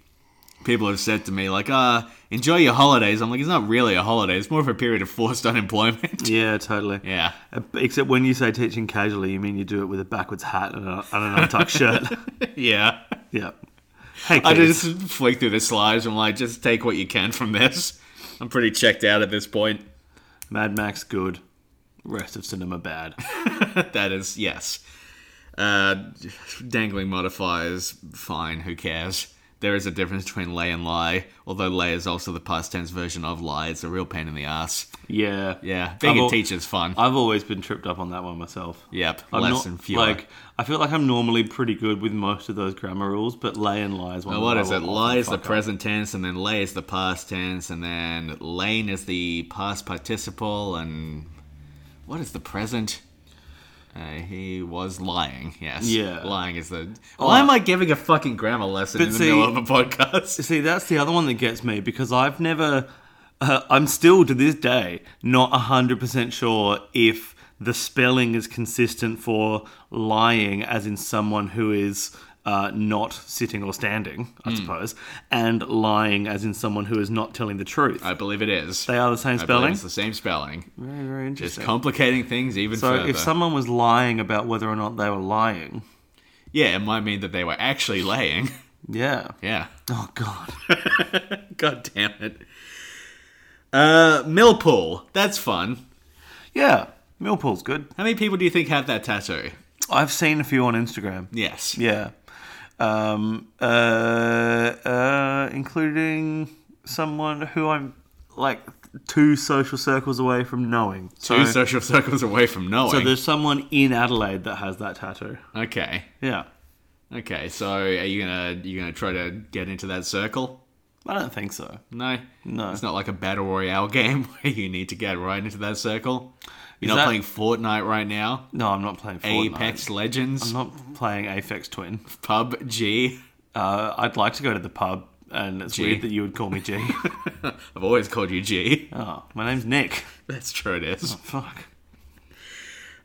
[SPEAKER 4] people have said to me, like, ah, enjoy your holidays. I'm like, it's not really a holiday, it's more of a period of forced [laughs] unemployment.
[SPEAKER 3] Yeah, totally.
[SPEAKER 4] yeah.
[SPEAKER 3] Uh, Except when you say teaching casually, you mean you do it with a backwards hat and, a, and an untucked shirt.
[SPEAKER 4] [laughs] [laughs] Yeah.
[SPEAKER 3] Yeah. Hey,
[SPEAKER 4] I
[SPEAKER 3] kids.
[SPEAKER 4] just flick through the slides. I'm like, just take what you can from this. I'm pretty checked out at this point. [laughs]
[SPEAKER 3] Mad Max, good. Rest of cinema, bad.
[SPEAKER 4] That is, yes. Uh, dangling modifiers, fine, who cares? There is a difference between lay and lie, although lay is also the past tense version of lie. It's a real pain in the ass.
[SPEAKER 3] Yeah.
[SPEAKER 4] Yeah, being
[SPEAKER 3] I've
[SPEAKER 4] a
[SPEAKER 3] al-
[SPEAKER 4] teacher's fun.
[SPEAKER 3] I've always been tripped up on that one myself.
[SPEAKER 4] yep,
[SPEAKER 3] I'm
[SPEAKER 4] less
[SPEAKER 3] not-
[SPEAKER 4] and fewer.
[SPEAKER 3] Like, I feel like I'm normally pretty good with most of those grammar rules, but lay and lie is one.
[SPEAKER 4] Uh,
[SPEAKER 3] that
[SPEAKER 4] what
[SPEAKER 3] I
[SPEAKER 4] is
[SPEAKER 3] will
[SPEAKER 4] it? Lie is the
[SPEAKER 3] often fuck up.
[SPEAKER 4] present tense, and then lay is the past tense, and then lane is the past participle, and what is the present? Uh, he was lying. Yes.
[SPEAKER 3] Yeah. Oh.
[SPEAKER 4] Lying is the. Why am I giving a fucking grammar lesson
[SPEAKER 3] But
[SPEAKER 4] in the
[SPEAKER 3] see-
[SPEAKER 4] middle of a podcast? [laughs]
[SPEAKER 3] See, that's the other one that gets me because I've never, uh, I'm still to this day not 100% sure if the spelling is consistent for lying, as in someone who is uh, not sitting or standing, I
[SPEAKER 4] Hmm.
[SPEAKER 3] suppose, and lying, as in someone who is not telling the truth.
[SPEAKER 4] I believe it is.
[SPEAKER 3] they are the same
[SPEAKER 4] I believe
[SPEAKER 3] spelling.
[SPEAKER 4] It's the same spelling.
[SPEAKER 3] Very, very
[SPEAKER 4] It's
[SPEAKER 3] interesting.
[SPEAKER 4] complicating things even
[SPEAKER 3] so
[SPEAKER 4] further.
[SPEAKER 3] if someone was lying about whether or not they were lying,
[SPEAKER 4] yeah, it might mean that they were actually laying. [laughs]
[SPEAKER 3] yeah.
[SPEAKER 4] yeah.
[SPEAKER 3] Oh, God.
[SPEAKER 4] God damn it. Uh, Millpool. That's fun.
[SPEAKER 3] Yeah. Millpool's good.
[SPEAKER 4] How many people do you think have that tattoo?
[SPEAKER 3] I've seen a few on Instagram.
[SPEAKER 4] Yes.
[SPEAKER 3] Yeah. Um, uh, uh, including someone who I'm like two social circles away from knowing. So,
[SPEAKER 4] Two social circles away from knowing.
[SPEAKER 3] so there's someone in Adelaide that has that tattoo.
[SPEAKER 4] okay.
[SPEAKER 3] Yeah.
[SPEAKER 4] Okay. So are you gonna you gonna try to get into that circle?
[SPEAKER 3] I don't think so.
[SPEAKER 4] No.
[SPEAKER 3] No.
[SPEAKER 4] It's not like a battle royale [laughs] game where you need to get right into that circle. You're
[SPEAKER 3] Is
[SPEAKER 4] not
[SPEAKER 3] that-
[SPEAKER 4] playing Fortnite right now.
[SPEAKER 3] No, I'm not playing Fortnite.
[SPEAKER 4] Apex Legends.
[SPEAKER 3] I'm not playing Apex Twin.
[SPEAKER 4] PUBG.
[SPEAKER 3] Uh, I'd like to go to the pub, and it's weird that you would call me G. [laughs]
[SPEAKER 4] I've always called you G. [laughs]
[SPEAKER 3] oh, my name's Nick.
[SPEAKER 4] That's true. It is.
[SPEAKER 3] Fuck.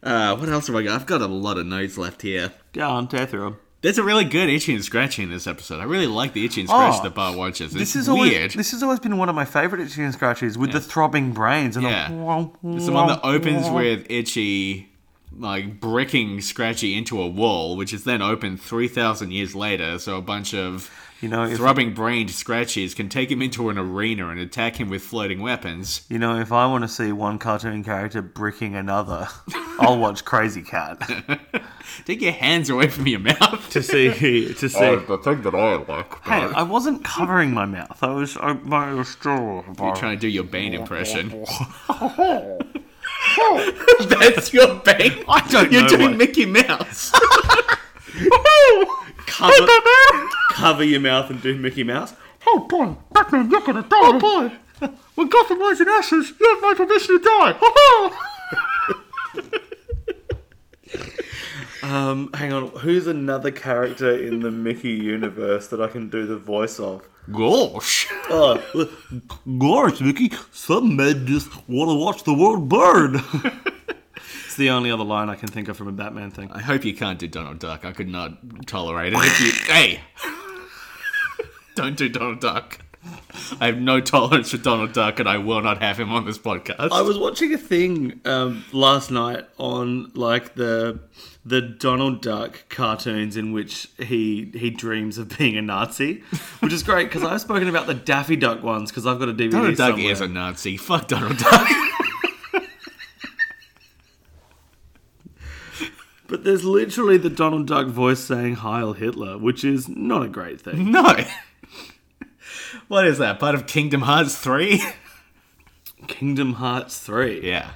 [SPEAKER 4] Uh, what else have I got? I've got a lot of notes left here.
[SPEAKER 3] Go on, tear through 'em.
[SPEAKER 4] There's a really good itchy and scratchy in this episode. I really like the itchy and scratchy
[SPEAKER 3] Oh,
[SPEAKER 4] that Bart watches. It's
[SPEAKER 3] This is
[SPEAKER 4] weird.
[SPEAKER 3] always this has always been one of my favorite Itchy and Scratchies with the throbbing brains and
[SPEAKER 4] Yeah.
[SPEAKER 3] the
[SPEAKER 4] It's the one that opens with Itchy like bricking Scratchy into a wall, which is then opened three thousand years later. So a bunch of
[SPEAKER 3] You know, if-
[SPEAKER 4] throbbing brained Scratchies can take him into an arena and attack him with floating weapons.
[SPEAKER 3] You know, if I want to see one cartoon character bricking another, [laughs] I'll watch Crazy [laughs] Cat
[SPEAKER 4] Take your hands away from your mouth.
[SPEAKER 3] to
[SPEAKER 4] [laughs]
[SPEAKER 3] see to see.
[SPEAKER 4] the thing that I like.
[SPEAKER 3] Hey, I wasn't covering my mouth. I was I, my I was still.
[SPEAKER 4] You're trying to do your Bane
[SPEAKER 3] [laughs]
[SPEAKER 4] impression. [laughs] That's your Bane. I
[SPEAKER 3] don't
[SPEAKER 4] You're
[SPEAKER 3] know
[SPEAKER 4] doing
[SPEAKER 3] what-
[SPEAKER 4] Mickey Mouse.
[SPEAKER 3] cover, cover your mouth and do Mickey Mouse.
[SPEAKER 4] Oh boy, Batman, you're gonna die. Oh boy,
[SPEAKER 3] [laughs]
[SPEAKER 4] when Gotham lies in ashes, you have my permission to die.
[SPEAKER 3] [laughs] Um, hang on, who's another character in the Mickey universe that I can do the voice of?
[SPEAKER 4] [laughs] Gosh.
[SPEAKER 3] Uh, Gosh, Mickey, some men just want to watch the world burn. [laughs] it's the only other line I can think of from a Batman thing.
[SPEAKER 4] I hope you can't do Donald Duck. I could not tolerate it.
[SPEAKER 3] [laughs]
[SPEAKER 4] If you, hey, [laughs] don't do Donald Duck. I have no tolerance for Donald Duck, and I will not have him on this podcast.
[SPEAKER 3] I was watching a thing um, last night on like the the Donald Duck cartoons in which he he dreams of being a Nazi, which is great because I've spoken about the Daffy Duck ones because I've got a DVD
[SPEAKER 4] Donald Duck
[SPEAKER 3] somewhere.
[SPEAKER 4] is a Nazi. Fuck Donald Duck. [laughs]
[SPEAKER 3] But there's literally the Donald Duck voice saying "Heil Hitler," which is not a great thing.
[SPEAKER 4] no. What is that? Part of Kingdom Hearts 3?
[SPEAKER 3] Kingdom Hearts three.
[SPEAKER 4] [laughs] yeah.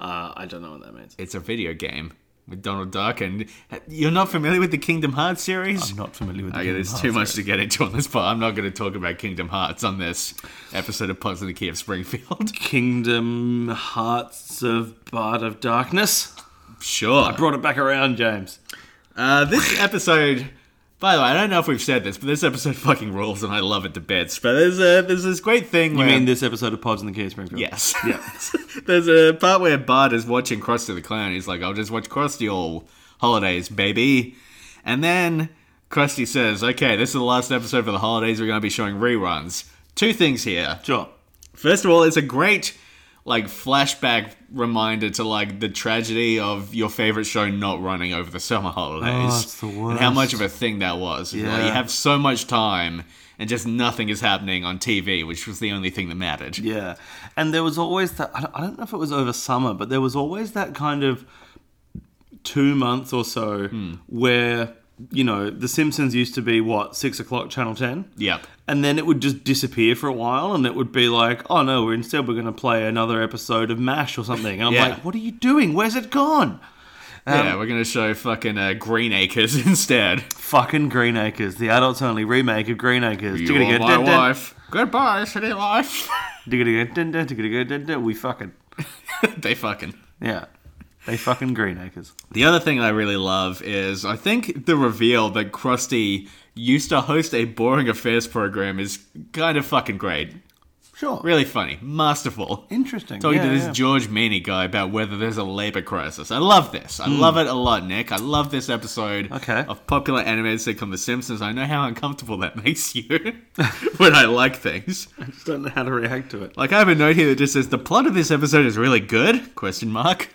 [SPEAKER 3] Uh, I don't know what that means.
[SPEAKER 4] It's a video game with Donald Duck, and you're not familiar with the Kingdom Hearts series?
[SPEAKER 3] I'm not familiar with. The
[SPEAKER 4] Okay,
[SPEAKER 3] Kingdom
[SPEAKER 4] there's
[SPEAKER 3] Hearts
[SPEAKER 4] too much to get into on this part. I'm not going to talk about Kingdom Hearts on this episode of Pugs in the Key of Springfield. [laughs]
[SPEAKER 3] Kingdom Hearts of Bard of Darkness.
[SPEAKER 4] sure.
[SPEAKER 3] Brought it back around, James.
[SPEAKER 4] Uh, this episode, by the way, I don't know if we've said this, but this episode fucking rules, and I love it to bits. But there's a there's this great thing.
[SPEAKER 3] You
[SPEAKER 4] where,
[SPEAKER 3] mean this episode of Pods in the Key of Springfield?
[SPEAKER 4] Yes.
[SPEAKER 3] [laughs] Yeah.
[SPEAKER 4] [laughs] there's a part where Bart is watching Krusty the Clown. He's like, "I'll just watch Krusty all holidays, baby," and then Krusty says, "Okay, this is the last episode for the holidays. We're going to be showing reruns." Two things here.
[SPEAKER 3] Sure.
[SPEAKER 4] First of all, it's a great like flashback reminder to like the tragedy of your favorite show not running over the summer holidays.
[SPEAKER 3] Oh, it's the
[SPEAKER 4] And how much
[SPEAKER 3] worst.
[SPEAKER 4] of a thing that was. Like,
[SPEAKER 3] Yeah.
[SPEAKER 4] you have so much time and just nothing is happening on TV, which was the only thing that mattered.
[SPEAKER 3] Yeah. And there was always that, I don't- I don't know if it was over summer, but there was always that kind of two months or so where, you know, The Simpsons used to be what, six o'clock, Channel 10?
[SPEAKER 4] Yep.
[SPEAKER 3] And then it would just disappear for a while, and it would be like, oh no, we're instead we're going to play another episode of MASH or something. And I'm
[SPEAKER 4] Yeah.
[SPEAKER 3] like, what are you doing? Where's it gone? Um,
[SPEAKER 4] yeah, we're going to show fucking uh, Green Acres [laughs] instead.
[SPEAKER 3] Fucking Green Acres, the adults only remake of Green Acres.
[SPEAKER 4] You
[SPEAKER 3] Digga-digga,
[SPEAKER 4] are my
[SPEAKER 3] dun, dun,
[SPEAKER 4] wife. Goodbye, city life. [laughs]
[SPEAKER 3] digga-digga, dun, dun, digga-digga, dun, dun. We fucking.
[SPEAKER 4] they fucking.
[SPEAKER 3] Yeah. They fucking Green Acres.
[SPEAKER 4] The other thing I really love is I think the reveal that Krusty used to host a boring affairs program is kind of fucking great.
[SPEAKER 3] Sure.
[SPEAKER 4] Really funny, masterful.
[SPEAKER 3] Interesting.
[SPEAKER 4] Talking to
[SPEAKER 3] Yeah,
[SPEAKER 4] this
[SPEAKER 3] yeah.
[SPEAKER 4] George Meany guy about whether there's a labor crisis. I love this. I love it a lot, Nick. I love this episode
[SPEAKER 3] Hmm. Okay.
[SPEAKER 4] of popular animated sitcom The Simpsons. I know how uncomfortable that [laughs] makes you when I like things.
[SPEAKER 3] just don't know how to react to it.
[SPEAKER 4] Like I have a note here that just says the plot of this episode is really good? Question mark.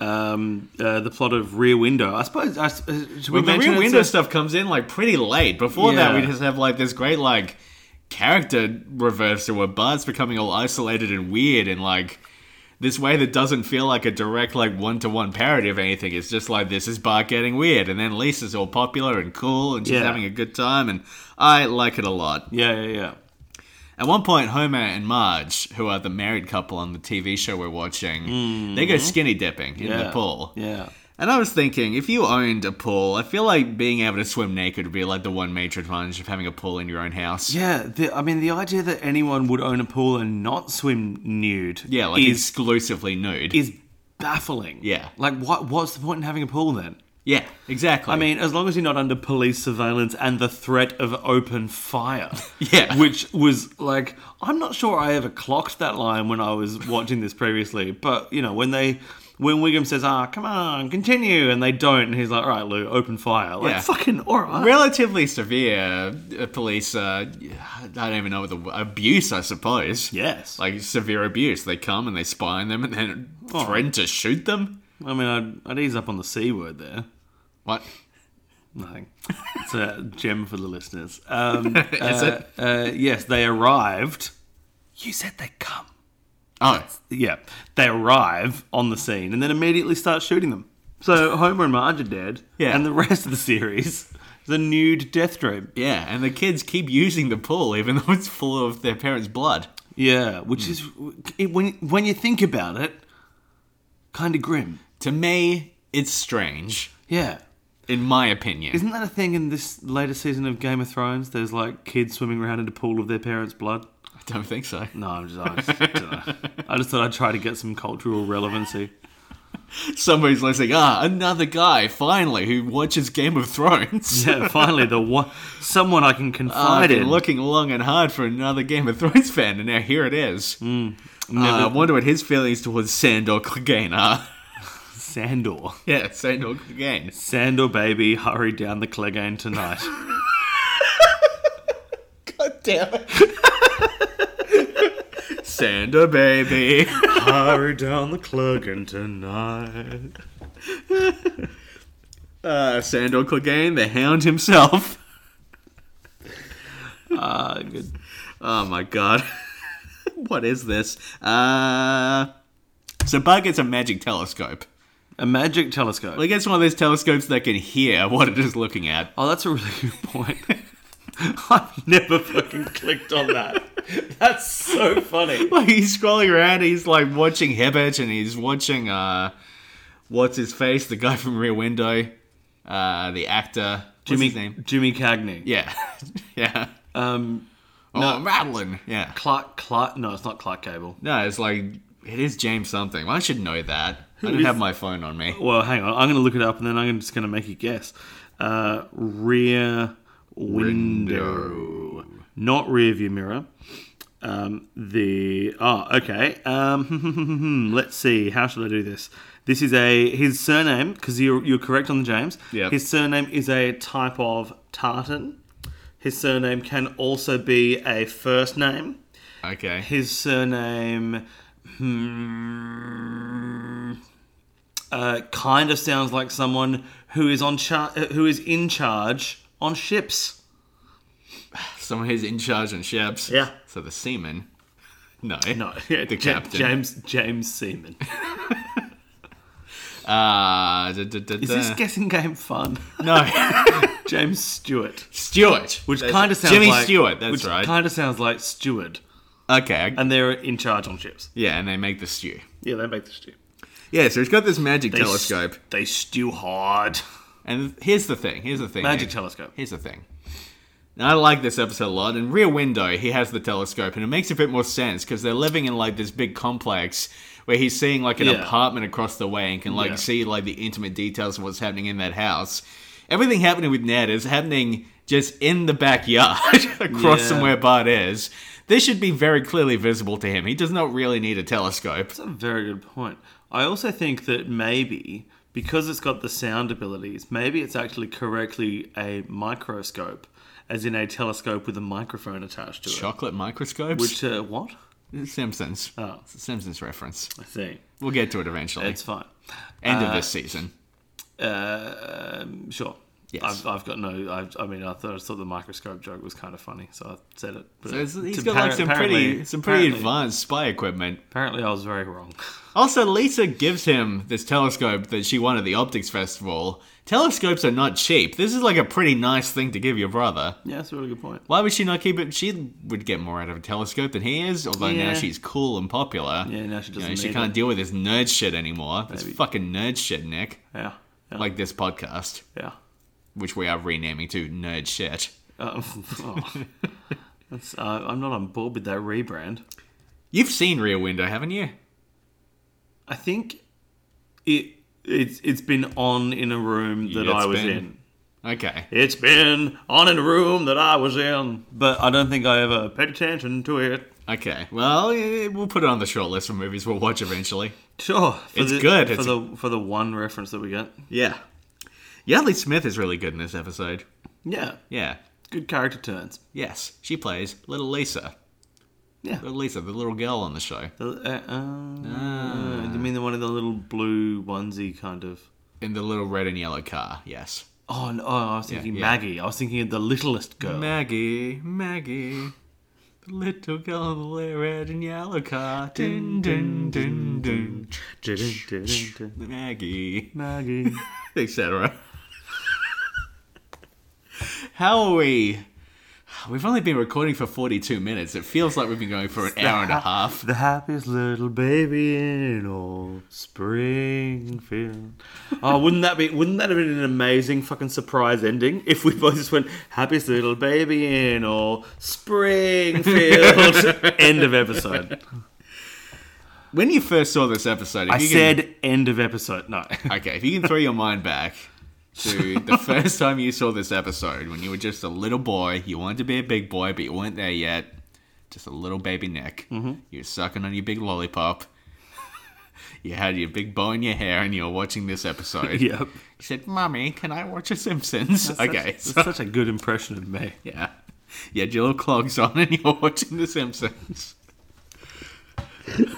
[SPEAKER 3] Um, uh, the plot of Rear Window. I suppose. I, s- uh, should we
[SPEAKER 4] But the
[SPEAKER 3] mention
[SPEAKER 4] rear
[SPEAKER 3] it's
[SPEAKER 4] window
[SPEAKER 3] a-
[SPEAKER 4] stuff comes in like pretty late. Before that,
[SPEAKER 3] Yeah.
[SPEAKER 4] we just have like this great like character reversal where Bart's becoming all isolated and weird and like this way that doesn't feel like a direct like one to one parody of anything. It's just like this is Bart getting weird, and then Lisa's all popular and cool and she's
[SPEAKER 3] Yeah.
[SPEAKER 4] having a good time, and I like it a lot.
[SPEAKER 3] Yeah, yeah, yeah.
[SPEAKER 4] At one point, Homer and Marge, who are the married couple on the TV show we're watching, they go skinny dipping in
[SPEAKER 3] Mm-hmm. yeah.
[SPEAKER 4] the pool.
[SPEAKER 3] Yeah.
[SPEAKER 4] And I was thinking, if you owned a pool, I feel like being able to swim naked would be like the one major advantage of having a pool in your own house.
[SPEAKER 3] Yeah, the, I mean, the idea that anyone would own a pool and not swim nude
[SPEAKER 4] Yeah, like
[SPEAKER 3] is,
[SPEAKER 4] exclusively nude.
[SPEAKER 3] is baffling.
[SPEAKER 4] Yeah.
[SPEAKER 3] Like, what? what's the point in having a pool then?
[SPEAKER 4] yeah, exactly.
[SPEAKER 3] I mean, as long as you're not under police surveillance and the threat of open fire.
[SPEAKER 4] [laughs] Yeah.
[SPEAKER 3] Which was like, I'm not sure I ever clocked that line when I was watching this previously, but you know, when they. When Wiggum says, ah, come on, continue, and they don't, and he's like, all right, Lou, open fire. Like,
[SPEAKER 4] Yeah.
[SPEAKER 3] fucking, all right.
[SPEAKER 4] relatively severe uh, police, uh, I don't even know what the w- abuse, I suppose.
[SPEAKER 3] Yes.
[SPEAKER 4] Like severe abuse. They come and they spy on them and then
[SPEAKER 3] Oh.
[SPEAKER 4] threaten to shoot them.
[SPEAKER 3] I mean, I'd, I'd ease up on the C word there.
[SPEAKER 4] What?
[SPEAKER 3] Nothing. It's a gem for the listeners. Um,
[SPEAKER 4] [laughs] Is
[SPEAKER 3] uh,
[SPEAKER 4] it?
[SPEAKER 3] uh, yes, they arrived. You said they come.
[SPEAKER 4] Oh,
[SPEAKER 3] Yeah, they arrive on the scene and then immediately start shooting them. So Homer and Marge are dead.
[SPEAKER 4] Yeah.
[SPEAKER 3] And the rest of the series is a nude death dream.
[SPEAKER 4] yeah. And the kids keep using the pool, even though it's full of their parents' blood.
[SPEAKER 3] Yeah, which is it, when when you think about it, kind of grim.
[SPEAKER 4] To me, it's strange,
[SPEAKER 3] Yeah.
[SPEAKER 4] in my opinion.
[SPEAKER 3] Isn't that a thing in this later season of Game of Thrones? There's like kids swimming around in a pool of their parents' blood.
[SPEAKER 4] I don't think so.
[SPEAKER 3] No, I'm just, I, just uh, I just thought I'd try to get some cultural relevancy.
[SPEAKER 4] Somebody's listening. Ah, another guy finally who watches Game of Thrones.
[SPEAKER 3] Yeah, finally, the one someone I can confide
[SPEAKER 4] [laughs] I've been
[SPEAKER 3] in.
[SPEAKER 4] looking long and hard for another Game of Thrones fan, and now here it is. Uh, I
[SPEAKER 3] Never-
[SPEAKER 4] wonder what his feelings towards Sandor Clegane are. [laughs]
[SPEAKER 3] Sandor.
[SPEAKER 4] yeah, Sandor Clegane.
[SPEAKER 3] Sandor, baby, hurry down the Clegane tonight.
[SPEAKER 4] God damn [laughs] it. Sandor, baby.
[SPEAKER 3] [laughs] hurry down the Clegane tonight.
[SPEAKER 4] Uh, Sandor Clegane, the hound himself. [laughs] Uh,
[SPEAKER 3] Ah, good.
[SPEAKER 4] Oh my god. [laughs] what is this? Uh, so Bug gets a magic telescope.
[SPEAKER 3] A magic telescope.
[SPEAKER 4] Like it's one of those telescopes that can hear what it is looking at.
[SPEAKER 3] oh, that's a really good point. [laughs] I've never fucking clicked on that. That's so funny.
[SPEAKER 4] Like he's scrolling around, he's like watching Hibbert and he's watching uh what's his face, the guy from Rear Window, uh the actor. What's
[SPEAKER 3] Jimmy,
[SPEAKER 4] his name?
[SPEAKER 3] Jimmy Cagney.
[SPEAKER 4] Yeah. [laughs] yeah.
[SPEAKER 3] Um,
[SPEAKER 4] Oh Madeline. Yeah.
[SPEAKER 3] Clark, Clark. No, it's not Clark Cable.
[SPEAKER 4] No, it's like it is James something. I should know that. I don't
[SPEAKER 3] is-
[SPEAKER 4] have my phone on me.
[SPEAKER 3] Well, hang on. I'm going to look it up, and then I'm just going to make a guess. Uh, rear window, not rear view mirror. Um, the oh, okay. Um, [laughs] let's see. How should I do this? This is a his surname because you're you're correct on the James.
[SPEAKER 4] Yep.
[SPEAKER 3] His surname is a type of tartan. His surname can also be a first name.
[SPEAKER 4] Okay.
[SPEAKER 3] His surname hmm, uh, kind of sounds like someone who is on char- uh, who is in charge on ships.
[SPEAKER 4] Someone who's in charge on ships.
[SPEAKER 3] Yeah.
[SPEAKER 4] So the seaman. [laughs] No. [laughs]
[SPEAKER 3] No,
[SPEAKER 4] The
[SPEAKER 3] Ja-
[SPEAKER 4] captain.
[SPEAKER 3] James James
[SPEAKER 4] [laughs]
[SPEAKER 3] Seaman.
[SPEAKER 4] Uh, da, da, da,
[SPEAKER 3] Is this
[SPEAKER 4] da.
[SPEAKER 3] guessing game fun? [laughs]
[SPEAKER 4] no. [laughs]
[SPEAKER 3] James Stewart,
[SPEAKER 4] Stewart.
[SPEAKER 3] which kind of sounds
[SPEAKER 4] Jimmy
[SPEAKER 3] like
[SPEAKER 4] Stewart, that's
[SPEAKER 3] which
[SPEAKER 4] right.
[SPEAKER 3] Kind of sounds like steward,
[SPEAKER 4] Okay.
[SPEAKER 3] and they're in charge on ships.
[SPEAKER 4] yeah, and they make the stew.
[SPEAKER 3] Yeah, they make the stew.
[SPEAKER 4] Yeah, so he's got this magic
[SPEAKER 3] They
[SPEAKER 4] telescope.
[SPEAKER 3] s- they stew
[SPEAKER 4] [laughs]
[SPEAKER 3] hard.
[SPEAKER 4] and here's the thing. Here's the thing.
[SPEAKER 3] Magic
[SPEAKER 4] Nick.
[SPEAKER 3] telescope.
[SPEAKER 4] Here's the thing. Now, I like this episode a lot. In Rear Window, he has the telescope, and it makes a bit more sense because they're living in like this big complex where he's seeing like an
[SPEAKER 3] Yeah.
[SPEAKER 4] apartment across the way and can like
[SPEAKER 3] Yeah.
[SPEAKER 4] see like the intimate details of what's happening in that house. Everything happening with Ned is happening just in the backyard [laughs] across
[SPEAKER 3] Yeah.
[SPEAKER 4] from where Bart is. This should be very clearly visible to him. He does not really need a telescope.
[SPEAKER 3] That's a very good point. I also think that maybe because it's got the sound abilities, maybe it's actually correctly a microscope, as in a telescope with a microphone attached to it.
[SPEAKER 4] Chocolate microscopes?
[SPEAKER 3] Which uh, what?
[SPEAKER 4] Simpsons.
[SPEAKER 3] Oh.
[SPEAKER 4] It's a Simpsons reference.
[SPEAKER 3] I see.
[SPEAKER 4] We'll get to it eventually.
[SPEAKER 3] It's uh, fine.
[SPEAKER 4] End of this season.
[SPEAKER 3] Um, sure.
[SPEAKER 4] Yes.
[SPEAKER 3] I've, I've got no. I've, I mean, I thought, I thought the microscope joke was kind of funny, so I said it. But
[SPEAKER 4] So it's, he's
[SPEAKER 3] to-
[SPEAKER 4] got like
[SPEAKER 3] appar-
[SPEAKER 4] some
[SPEAKER 3] apparently-
[SPEAKER 4] pretty some pretty
[SPEAKER 3] apparently-
[SPEAKER 4] advanced spy equipment.
[SPEAKER 3] Apparently, I was very
[SPEAKER 4] [laughs]
[SPEAKER 3] wrong.
[SPEAKER 4] Also, Lisa gives him this telescope that she won at the optics festival. Telescopes are not cheap. This is like a pretty nice thing to give your brother.
[SPEAKER 3] yeah, that's a really good point.
[SPEAKER 4] Why would she not keep it? She would get more out of a telescope than he is. Although now
[SPEAKER 3] Yeah.
[SPEAKER 4] she's cool and popular.
[SPEAKER 3] Yeah, now she
[SPEAKER 4] You know,
[SPEAKER 3] doesn't
[SPEAKER 4] she
[SPEAKER 3] need
[SPEAKER 4] can't
[SPEAKER 3] it.
[SPEAKER 4] deal with this nerd shit anymore. It's
[SPEAKER 3] Maybe. Oh.
[SPEAKER 4] fucking nerd shit, Nick.
[SPEAKER 3] Yeah. Yeah.
[SPEAKER 4] Like this podcast,
[SPEAKER 3] yeah.
[SPEAKER 4] which we are renaming to Nerd Shit.
[SPEAKER 3] Um, [laughs] oh. That's, uh, I'm not on board with that rebrand.
[SPEAKER 4] You've seen Rear Window, haven't you?
[SPEAKER 3] I think it it's it's been on in a room that
[SPEAKER 4] Yeah, it's
[SPEAKER 3] I was
[SPEAKER 4] been.
[SPEAKER 3] in.
[SPEAKER 4] Okay.
[SPEAKER 3] It's been on in a room that I was in, but I don't think I ever paid attention to it.
[SPEAKER 4] Okay. Well, eh, we'll put it on the short list for movies we'll watch eventually.
[SPEAKER 3] Sure, for
[SPEAKER 4] It's
[SPEAKER 3] the,
[SPEAKER 4] good,
[SPEAKER 3] for
[SPEAKER 4] it's-
[SPEAKER 3] the for the one reference that we get.
[SPEAKER 4] Yeah. Yardley Smith is really good in this episode.
[SPEAKER 3] Yeah,
[SPEAKER 4] Yeah.
[SPEAKER 3] good character turns.
[SPEAKER 4] Yes. She plays Little Lisa.
[SPEAKER 3] Yeah.
[SPEAKER 4] But Lisa, the little girl on the show.
[SPEAKER 3] The- uh,
[SPEAKER 4] Ah.
[SPEAKER 3] uh, You mean the one of the little blue onesie kind of?
[SPEAKER 4] In the little red and yellow car, yes.
[SPEAKER 3] Oh, no, I was thinking
[SPEAKER 4] yeah.
[SPEAKER 3] Maggie. I was thinking of the littlest girl.
[SPEAKER 4] Maggie, Maggie. The little girl on the little red and yellow car. Dun, dun, dun, dun. Maggie.
[SPEAKER 3] Maggie.
[SPEAKER 4] etc. How are we? We've only been recording for 42 minutes. It feels like we've been going for an
[SPEAKER 3] [laughs]
[SPEAKER 4] hour and a half.
[SPEAKER 3] The happiest little baby in all Springfield. oh, wouldn't that be? Wouldn't that have been an amazing fucking surprise ending if we both just went happiest little baby in all
[SPEAKER 4] [laughs]
[SPEAKER 3] Springfield? end of episode.
[SPEAKER 4] When you first saw this episode, if
[SPEAKER 3] I
[SPEAKER 4] you
[SPEAKER 3] said end of episode. No. [laughs]
[SPEAKER 4] Can, okay, if you can throw your mind back to the first time you saw this episode, when you were just a little boy, you wanted to be a big boy, but you weren't there yet. Just a little baby Nick.
[SPEAKER 3] Mm-hmm.
[SPEAKER 4] You were sucking on your big lollipop. [laughs] you had your big bow in your hair, and you were watching
[SPEAKER 3] [laughs]
[SPEAKER 4] this episode.
[SPEAKER 3] yep.
[SPEAKER 4] He said, "Mommy, can I watch The Simpsons?" okay,
[SPEAKER 3] That's
[SPEAKER 4] so-
[SPEAKER 3] such a good impression of me.
[SPEAKER 4] [laughs] yeah, you had your little clogs on, and [laughs] you're watching The Simpsons.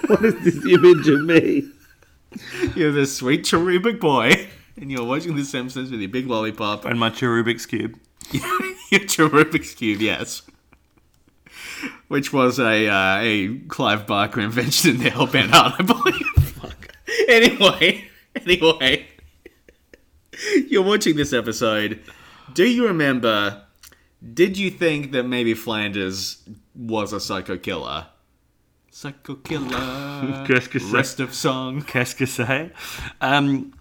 [SPEAKER 3] What is this image of me?
[SPEAKER 4] You're this sweet cherubic boy, and you're watching The Simpsons with your big lollipop
[SPEAKER 3] And my Rubik's cube.
[SPEAKER 4] [laughs] your Rubik's cube, yes. Which was a uh, a Clive Barker invention to help Ben Hart, I [laughs] believe. Anyway, anyway, you're watching this episode. Do you remember? Did you think that maybe Flanders was a psycho killer? Psycho killer. [laughs]
[SPEAKER 3] Qu'est-ce que c'est?
[SPEAKER 4] Rest of song.
[SPEAKER 3] Qu'est-ce que c'est? Um,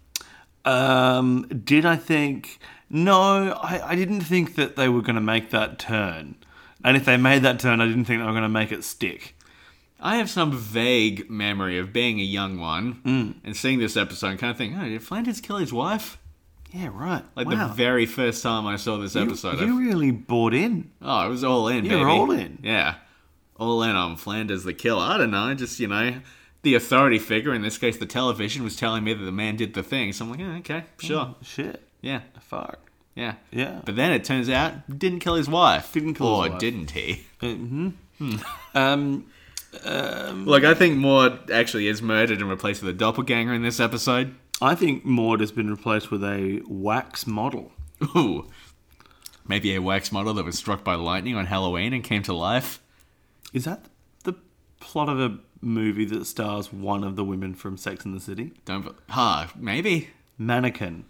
[SPEAKER 3] um, did I think? No, I, I didn't think that they were going to make that turn. And if they made that turn, I didn't think they were going to make it stick.
[SPEAKER 4] I have some vague memory of being a young one and seeing this episode and kind of thinking, oh, did Flanders kill his wife?
[SPEAKER 3] Yeah, right.
[SPEAKER 4] Like
[SPEAKER 3] wow.
[SPEAKER 4] the very first time I saw this
[SPEAKER 3] You-
[SPEAKER 4] episode.
[SPEAKER 3] you,
[SPEAKER 4] I-
[SPEAKER 3] really bought in.
[SPEAKER 4] oh, I was all in,
[SPEAKER 3] You were
[SPEAKER 4] baby.
[SPEAKER 3] all in.
[SPEAKER 4] Yeah. All in on Flanders the killer. I don't know. Just, you know, the authority figure, in this case the television, was telling me that the man did the thing. So I'm like, yeah, okay, sure.
[SPEAKER 3] Shit.
[SPEAKER 4] Yeah,
[SPEAKER 3] Fuck.
[SPEAKER 4] yeah.
[SPEAKER 3] Mm. Yeah.
[SPEAKER 4] But then it turns out, didn't kill his wife.
[SPEAKER 3] Didn't kill
[SPEAKER 4] or
[SPEAKER 3] his wife. Uh, mm-hmm.
[SPEAKER 4] didn't he? Hmm. [laughs]
[SPEAKER 3] Um,
[SPEAKER 4] Look, I think Maud actually is murdered and replaced with a doppelganger in this episode.
[SPEAKER 3] I think Maud has been replaced with a wax model.
[SPEAKER 4] Ooh. Maybe a wax model that was struck by lightning on Halloween and came to life.
[SPEAKER 3] Is that the plot of a movie that stars one of the women from Sex and the City?
[SPEAKER 4] Don't. be- Huh, maybe.
[SPEAKER 3] Mannequin.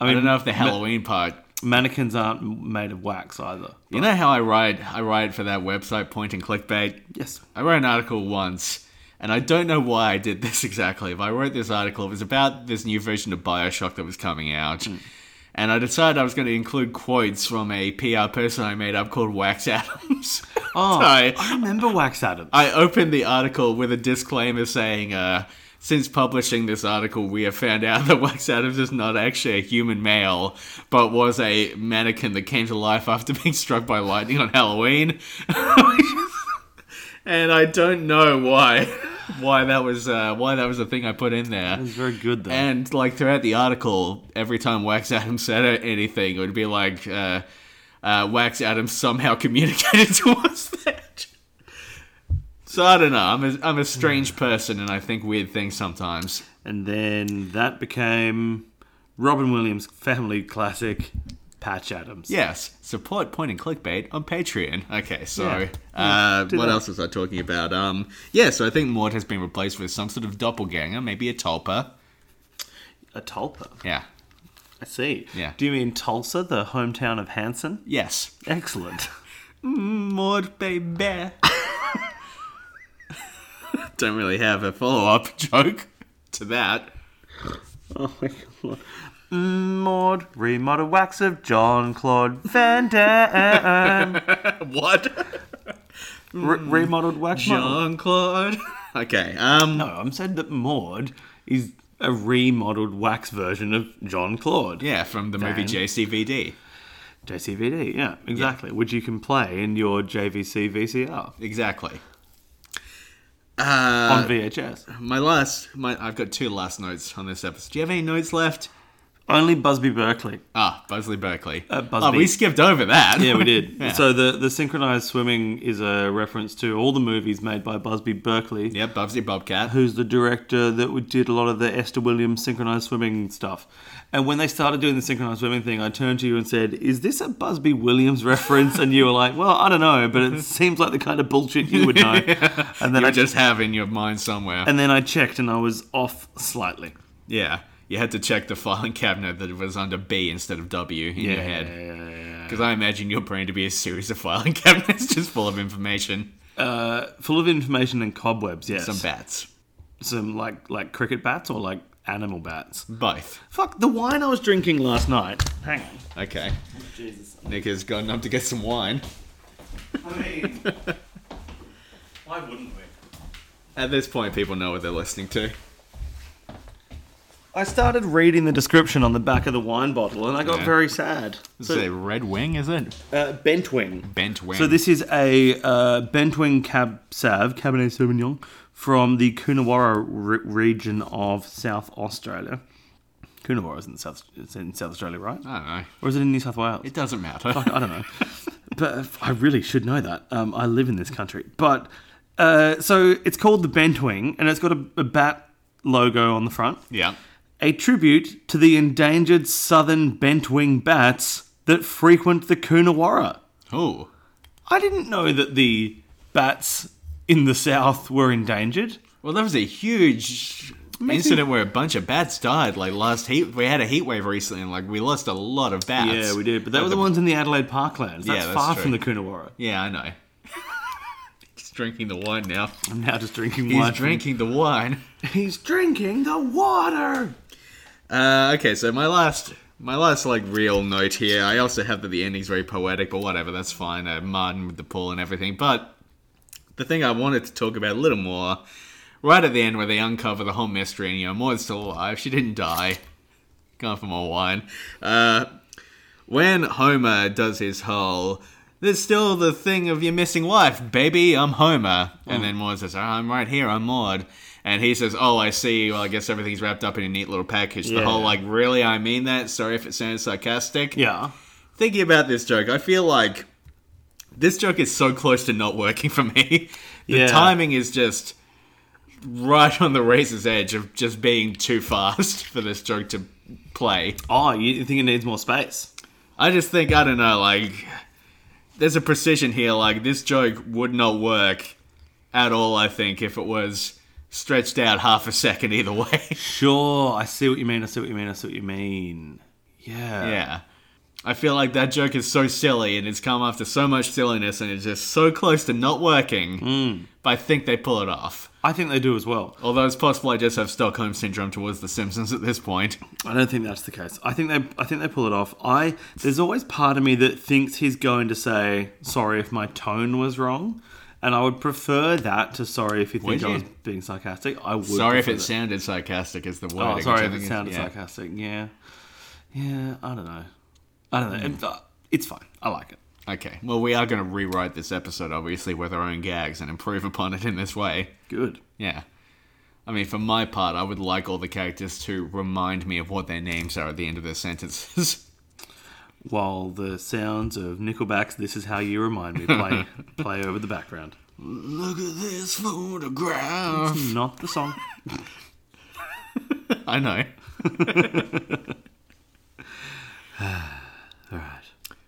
[SPEAKER 4] I, don't know if the Halloween part.
[SPEAKER 3] Mannequins aren't made of wax either.
[SPEAKER 4] You know how I write? I write for that website, Point and Clickbait.
[SPEAKER 3] Yes.
[SPEAKER 4] I wrote an article once, and I don't know why I did this [laughs] exactly. If I wrote this article, it was about this new version of Bioshock that was coming out. And I decided I was going to include quotes from a PR person I made up called Wax Adams.
[SPEAKER 3] Oh,
[SPEAKER 4] [laughs] Sorry.
[SPEAKER 3] I remember Wax Adam.
[SPEAKER 4] I opened the article with a disclaimer saying, uh, since publishing this article, we have found out [laughs] that Wax Adams is not actually a human male, but was a mannequin that came to life after [laughs] being struck by lightning on Halloween. [laughs] and I don't know why, [laughs] why that was, uh, why that was the thing I put in there.
[SPEAKER 3] It was very good though.
[SPEAKER 4] And like throughout the article, every time Wax Adams said it- anything, it would be like uh, uh, Wax Adams somehow [laughs] communicated to us that. So I don't know. I'm a, I'm a strange person, and I think weird things sometimes.
[SPEAKER 3] and then that became Robin Williams' family classic, Patch Adams.
[SPEAKER 4] Yes, support Point and Clickbait on Patreon. Okay, so
[SPEAKER 3] Yeah.
[SPEAKER 4] uh,
[SPEAKER 3] do
[SPEAKER 4] what
[SPEAKER 3] that.
[SPEAKER 4] else was I talking about? Um, yeah, so I think Maud has been replaced with some sort of doppelganger, maybe a tulpa.
[SPEAKER 3] A Tulpa.
[SPEAKER 4] Yeah.
[SPEAKER 3] I see.
[SPEAKER 4] Yeah.
[SPEAKER 3] Do you mean Tulsa, the hometown of Hanson?
[SPEAKER 4] Yes. [laughs]
[SPEAKER 3] Excellent.
[SPEAKER 4] Maud baby. Don't really have a follow up [laughs] joke to that. Oh
[SPEAKER 3] Maud, remodel wax of John Claude Van
[SPEAKER 4] [laughs]
[SPEAKER 3] Damme.
[SPEAKER 4] What?
[SPEAKER 3] Re- remodeled wax model.
[SPEAKER 4] Jean Claude. Okay. Um.
[SPEAKER 3] No, I'm saying that Maud is a remodeled wax version of John Claude.
[SPEAKER 4] Yeah, from the movie
[SPEAKER 3] Dan.
[SPEAKER 4] JCVD.
[SPEAKER 3] JCVD, yeah, exactly. Which you can play in your JVC VCR
[SPEAKER 4] Exactly.
[SPEAKER 3] on VHS. Uh,
[SPEAKER 4] My last, my I've got two last notes on this episode. Do you have any notes left?
[SPEAKER 3] Only Busby Berkeley.
[SPEAKER 4] Ah, Buzzley Berkeley.
[SPEAKER 3] Uh,
[SPEAKER 4] Oh,
[SPEAKER 3] Busby.
[SPEAKER 4] we skipped over that.
[SPEAKER 3] [laughs] Yeah, we did.
[SPEAKER 4] [laughs] Yeah.
[SPEAKER 3] So the the synchronized swimming is a reference to all the movies made by Busby Berkeley,
[SPEAKER 4] yeah, Bubsy Bobcat.
[SPEAKER 3] who's the director that did a lot of the Esther Williams synchronized swimming stuff. And when they started doing the synchronized swimming thing, I turned to you and said, "Is this a Busby Williams reference?" And you were like, "Well, I don't know, but
[SPEAKER 4] [laughs]
[SPEAKER 3] it seems like the kind of bullshit you would know." And then
[SPEAKER 4] You
[SPEAKER 3] I
[SPEAKER 4] just have in your mind somewhere.
[SPEAKER 3] and then I checked, and I was off slightly.
[SPEAKER 4] yeah, you had to check the filing [laughs] cabinet that it was under B instead of W in your head.
[SPEAKER 3] yeah, yeah, yeah, yeah.
[SPEAKER 4] Because I imagine your brain to be a series of filing [laughs] cabinets just full of information.
[SPEAKER 3] full of information and cobwebs. Yes,
[SPEAKER 4] Some bats.
[SPEAKER 3] some like like cricket bats or like animal bats.
[SPEAKER 4] Both.
[SPEAKER 3] Fuck the wine I was drinking last night. Hang on.
[SPEAKER 4] Okay. Nick has gotten up to get some wine.
[SPEAKER 3] I [laughs] mean, why wouldn't we?
[SPEAKER 4] At this point, people know what they're listening to.
[SPEAKER 3] I started reading the description on the back of the wine bottle, and I got
[SPEAKER 4] Yeah.
[SPEAKER 3] very sad.
[SPEAKER 4] Is
[SPEAKER 3] So,
[SPEAKER 4] it red wing, is it?
[SPEAKER 3] uh, bent wing.
[SPEAKER 4] Bent wing.
[SPEAKER 3] So this is a uh, bent wing cab sav Cabernet Sauvignon from the Coonawarra re- region of South Australia. Coonawarra is in South, it's in South Australia, right?
[SPEAKER 4] I don't know.
[SPEAKER 3] Or is it in New South Wales? [laughs]
[SPEAKER 4] It doesn't matter.
[SPEAKER 3] I don't know. but I really should know that. Um, I live in this country. But uh, so it's called the Bentwing, and it's got a, a bat logo on the front.
[SPEAKER 4] [laughs] Yeah.
[SPEAKER 3] A tribute to the endangered southern bentwing bats that frequent the Coonawarra.
[SPEAKER 4] Oh.
[SPEAKER 3] I didn't know that the bats in the south were endangered.
[SPEAKER 4] Well, that was a huge incident where a bunch of bats died. Like last heat, we had a heat wave recently, and like we lost a lot of bats.
[SPEAKER 3] Yeah, we did. But they were the ones in the Adelaide parklands. That's,
[SPEAKER 4] that's
[SPEAKER 3] far
[SPEAKER 4] true.
[SPEAKER 3] from the Coonawarra.
[SPEAKER 4] Yeah, I know. [laughs] He's drinking the wine now.
[SPEAKER 3] I'm now just drinking
[SPEAKER 4] He's
[SPEAKER 3] wine. from-
[SPEAKER 4] drinking the wine.
[SPEAKER 3] [laughs] He's drinking the water.
[SPEAKER 4] Uh, okay, so my last, my last like real note here. I also have that the ending's very poetic, but whatever, that's fine. Uh, Martin with the pool and everything. But the thing I wanted to talk about a little more, right at the end where they uncover the whole mystery, and you know, Maud's still alive. She didn't die. Gone for more wine. Uh, when Homer does his whole. There's still the thing of your missing wife, baby. I'm Homer, and then Maud says, "Oh, "I'm right here. I'm Maud," and he says, "Oh, I see. Well, I guess everything's wrapped up in a neat little package." The
[SPEAKER 3] Yeah.
[SPEAKER 4] whole like, really, I mean that. Sorry if it sounds sarcastic.
[SPEAKER 3] Yeah.
[SPEAKER 4] Thinking about this joke, I feel like this joke is so close to not working for me. [laughs] the
[SPEAKER 3] Yeah.
[SPEAKER 4] timing is just right on the razor's edge of just being too fast [laughs] for this joke to play.
[SPEAKER 3] Oh, you think it needs more space?
[SPEAKER 4] I just think I don't know, like there's a precision here. Like this joke would not work at all. I think if it was stretched out half a second either [laughs] way.
[SPEAKER 3] Sure, I see what you mean. I see what you mean. I see what you mean. Yeah.
[SPEAKER 4] yeah, I feel like that joke is so silly, and it's come after so much silliness, and it's just so close to not working.
[SPEAKER 3] Hmm.
[SPEAKER 4] But I think they pull it off.
[SPEAKER 3] I think they do as well.
[SPEAKER 4] Although it's possible I just have Stockholm syndrome towards The Simpsons at this point.
[SPEAKER 3] I don't think that's the case. I think they I think they pull it off. I there's always part of me that thinks he's going to say sorry if my tone was wrong. And I would prefer that to sorry if you think
[SPEAKER 4] Would
[SPEAKER 3] I
[SPEAKER 4] you?
[SPEAKER 3] was being sarcastic. I would
[SPEAKER 4] Sorry if
[SPEAKER 3] prefer
[SPEAKER 4] it
[SPEAKER 3] that.
[SPEAKER 4] sounded sarcastic, is the word.
[SPEAKER 3] Oh, sorry if it sounded sarcastic. Yeah. Yeah, I don't know. I don't
[SPEAKER 4] Hmm.
[SPEAKER 3] know. It- It's fine. I like it.
[SPEAKER 4] Okay. Well, we are going to rewrite this episode, obviously, with our own gags and improve upon it in this way.
[SPEAKER 3] Good.
[SPEAKER 4] Yeah. I mean, for my part, I would like all the characters to remind me of what their names are at the end of their sentences. [laughs]
[SPEAKER 3] While the sounds of Nickelback's This Is How You Remind Me
[SPEAKER 4] [laughs]
[SPEAKER 3] play play over the background.
[SPEAKER 4] Look at this photograph.
[SPEAKER 3] Not the song.
[SPEAKER 4] I know.
[SPEAKER 3] All right.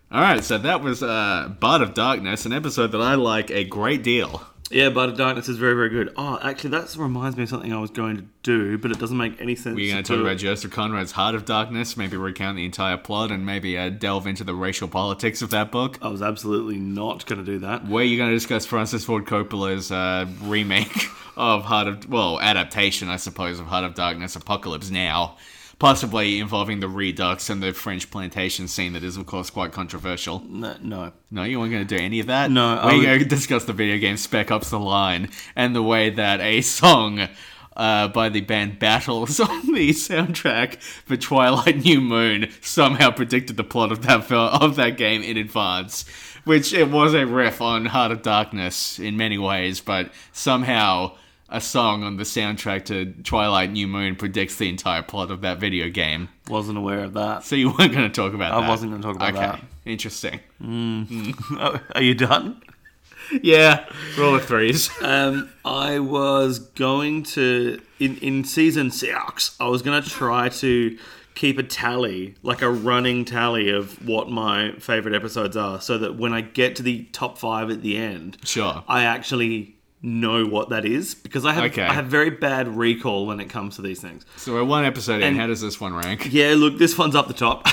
[SPEAKER 4] All right, so that was uh, Bard of Darkness, an episode that I like a great deal.
[SPEAKER 3] Yeah, Bud of Darkness is very, very good. Oh, actually, that reminds me of something I was going to do, but it doesn't make any sense.
[SPEAKER 4] We're going to
[SPEAKER 3] to
[SPEAKER 4] talk
[SPEAKER 3] do
[SPEAKER 4] about
[SPEAKER 3] it.
[SPEAKER 4] Joseph Conrad's Heart of Darkness, maybe recount the entire plot, and maybe uh, delve into the racial politics of that book.
[SPEAKER 3] I was absolutely not going to do that.
[SPEAKER 4] Where you're going to discuss Francis Ford Coppola's uh, remake [laughs] of Heart of, well, adaptation, I suppose, of Heart of Darkness, Apocalypse Now, possibly involving the Redux and the French plantation scene that is, of course, quite controversial.
[SPEAKER 3] No, no.
[SPEAKER 4] No, you weren't going to do any of that.
[SPEAKER 3] No, I
[SPEAKER 4] we're
[SPEAKER 3] would-
[SPEAKER 4] going to discuss the video game Spec Ops: The Line and the way that a song. Uh, by the band Battles [laughs] on the soundtrack for Twilight New Moon somehow predicted the plot of that film, of that game in advance, which it was a riff on Heart of Darkness in many ways, but somehow a song on the soundtrack to Twilight New Moon predicts the entire plot of that video game.
[SPEAKER 3] Wasn't aware of that. [laughs]
[SPEAKER 4] So you weren't going to talk about
[SPEAKER 3] I
[SPEAKER 4] that.
[SPEAKER 3] wasn't gonna talk about
[SPEAKER 4] okay.
[SPEAKER 3] that.
[SPEAKER 4] Interesting.
[SPEAKER 3] Oh, are you done?
[SPEAKER 4] Yeah, roll of threes.
[SPEAKER 3] Um, I was going to in in season six. I was going to try to keep a tally, like a running tally of what my favorite episodes are, so that when I get to the top five at the end,
[SPEAKER 4] [laughs] Sure.
[SPEAKER 3] I actually know what that is because I have
[SPEAKER 4] Okay.
[SPEAKER 3] I have very bad recall when it comes to these things.
[SPEAKER 4] so we're one episode in.
[SPEAKER 3] And-
[SPEAKER 4] How does this one rank?
[SPEAKER 3] Yeah, look, this one's up the top.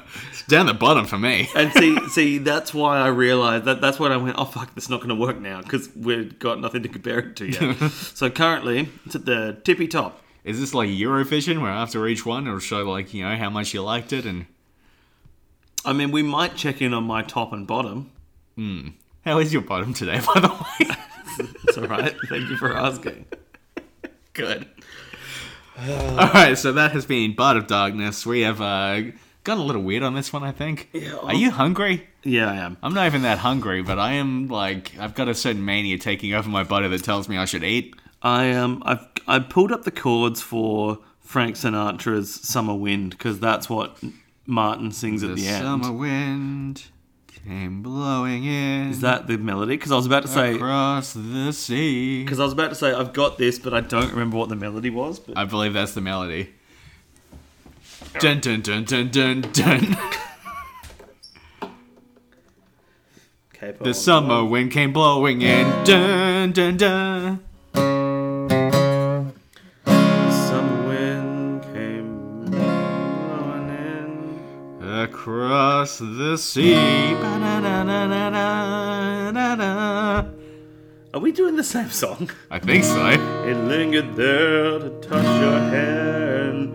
[SPEAKER 3] [laughs]
[SPEAKER 4] It's down the bottom for me.
[SPEAKER 3] And see, see, that's why I realised that. That's when I went, oh fuck, that's not going to work now because we've got nothing to compare it to yet.
[SPEAKER 4] [laughs]
[SPEAKER 3] so currently, it's at the tippy top.
[SPEAKER 4] Is this like Eurovision where after each one it'll show like, you know, how much you liked it and
[SPEAKER 3] I mean, we might check in on my top and bottom.
[SPEAKER 4] how is your bottom today, by the way?
[SPEAKER 3] It's all right. [laughs] Thank you for asking.
[SPEAKER 4] [sighs] Good. Alright, so that has been Bard of Darkness. We have uh gone a little weird on this one, I think. Are you hungry?
[SPEAKER 3] Yeah, I am.
[SPEAKER 4] I'm not even that hungry, but I am like I've got a certain mania taking over my body that tells me I should eat.
[SPEAKER 3] I um, I've I pulled up the chords for Frank Sinatra's "Summer Wind" because that's what Martin sings at the end.
[SPEAKER 4] summer wind came blowing in
[SPEAKER 3] Is that the melody? Because I was
[SPEAKER 4] Oh,
[SPEAKER 3] about to say.
[SPEAKER 4] across the sea.
[SPEAKER 3] Because I was about to say I've got this, but I don't remember what the melody was. But
[SPEAKER 4] I believe that's the melody. Dun dun dun dun dun dun.
[SPEAKER 3] okay,
[SPEAKER 4] The summer wind came blowing in. Dun dun dun.
[SPEAKER 3] Summer wind came blowing in.
[SPEAKER 4] Across the sea. Ba-na-na-na-na-na-na-na.
[SPEAKER 3] Are we doing the same song? [laughs]
[SPEAKER 4] I think so. eh?
[SPEAKER 3] It lingered there to touch your hand.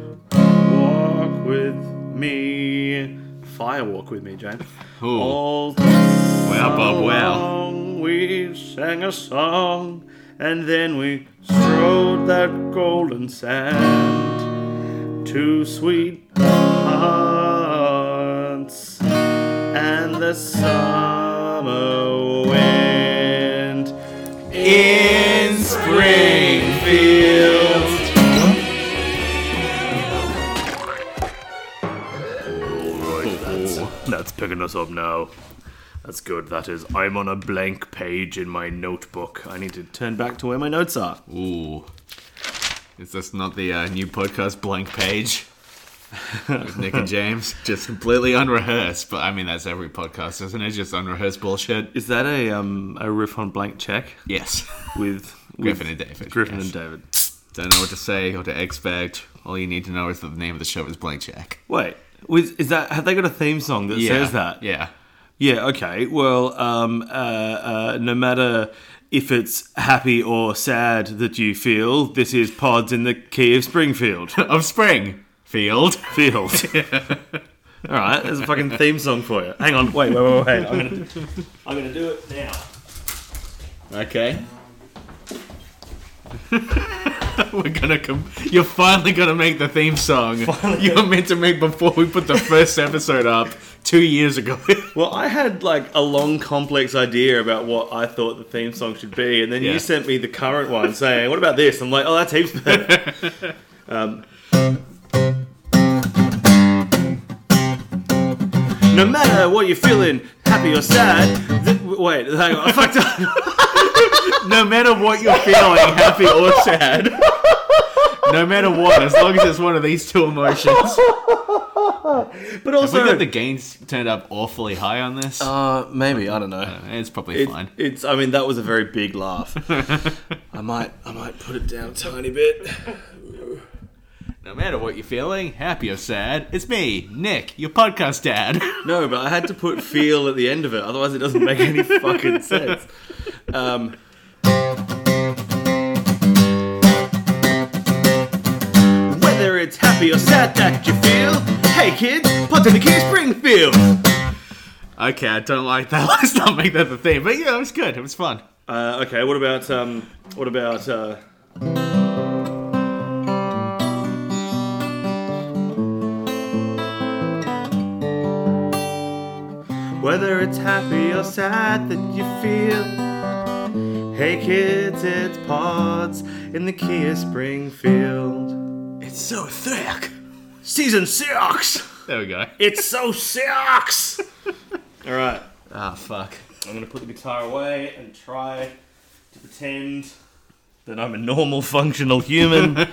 [SPEAKER 3] Walk with me. Fire walk with me, Jane.
[SPEAKER 4] Ooh.
[SPEAKER 3] All
[SPEAKER 4] Wow, Bob, wow.
[SPEAKER 3] along we sang a song, and then we strode that golden sand to sweet hearts and the summer wind.
[SPEAKER 4] In Springfield.
[SPEAKER 3] That's picking us up now. That's good. That is. I'm on a blank page in my notebook. I need to turn back to where my notes are.
[SPEAKER 4] Ooh. Is this not the uh, new podcast blank page? With
[SPEAKER 3] [laughs]
[SPEAKER 4] Nick and James. Just completely unrehearsed, but I mean, that's every podcast, isn't it? Just unrehearsed bullshit.
[SPEAKER 3] Is that a um a riff on blank check
[SPEAKER 4] Yes.
[SPEAKER 3] with, with
[SPEAKER 4] Griffin and David,
[SPEAKER 3] Griffin
[SPEAKER 4] yes.
[SPEAKER 3] and David.
[SPEAKER 4] Don't know what to say or to expect. All you need to know is that the name of the show is Blank Check.
[SPEAKER 3] Wait, was, is that have they got a theme song that says that?
[SPEAKER 4] Yeah.
[SPEAKER 3] Yeah, okay. Well, um, uh, uh, no matter if it's happy or sad that you feel, this is Pods in the Key of Springfield. [laughs]
[SPEAKER 4] Of Springfield. [laughs]
[SPEAKER 3] Field. All right, there's a fucking theme song for you. Hang on, wait, wait, wait, wait. I'm gonna, I'm gonna do it now.
[SPEAKER 4] Okay. We're gonna com- You're finally gonna make the theme song you were meant to make before we put the first episode up two years ago. [laughs]
[SPEAKER 3] Well, I had like a long, complex idea about what I thought the theme song should be, and then
[SPEAKER 4] Yeah.
[SPEAKER 3] you sent me the current one saying, "What about this?" I'm like, "Oh, that's heaps better." [laughs] um, no matter what you're feeling, happy or sad. Th- wait, hang on, I fucked up.
[SPEAKER 4] no matter what you're feeling, happy or sad. No matter what, as long as it's one of these two
[SPEAKER 3] [laughs]
[SPEAKER 4] emotions.
[SPEAKER 3] But
[SPEAKER 4] We
[SPEAKER 3] also,
[SPEAKER 4] got the gains turned up awfully high on this.
[SPEAKER 3] uh, maybe I don't know.
[SPEAKER 4] it's probably
[SPEAKER 3] It-
[SPEAKER 4] fine.
[SPEAKER 3] It's. I mean, that was a very big [laughs] laugh. I might. I might put it down a tiny bit.
[SPEAKER 4] No matter what you're feeling, happy or sad, it's me, Nick, your podcast dad. [laughs]
[SPEAKER 3] No, but I had to put feel at the end of it, otherwise it doesn't make any fucking sense. Um, whether it's happy or sad that you feel, hey kids, pop in the key Springfield.
[SPEAKER 4] Okay, I don't like that. [laughs] Let's not make that the theme. But yeah, it was good. It was fun.
[SPEAKER 3] Uh, okay, what about um, what about uh, whether it's happy or sad that you feel, Hey kids, it's Pods in the Kia Springfield.
[SPEAKER 4] It's so thick.
[SPEAKER 3] Season six!
[SPEAKER 4] There we go.
[SPEAKER 3] It's so six! Alright,
[SPEAKER 4] Ah, fuck.
[SPEAKER 3] I'm gonna put the guitar away and try to pretend that I'm a normal, functional human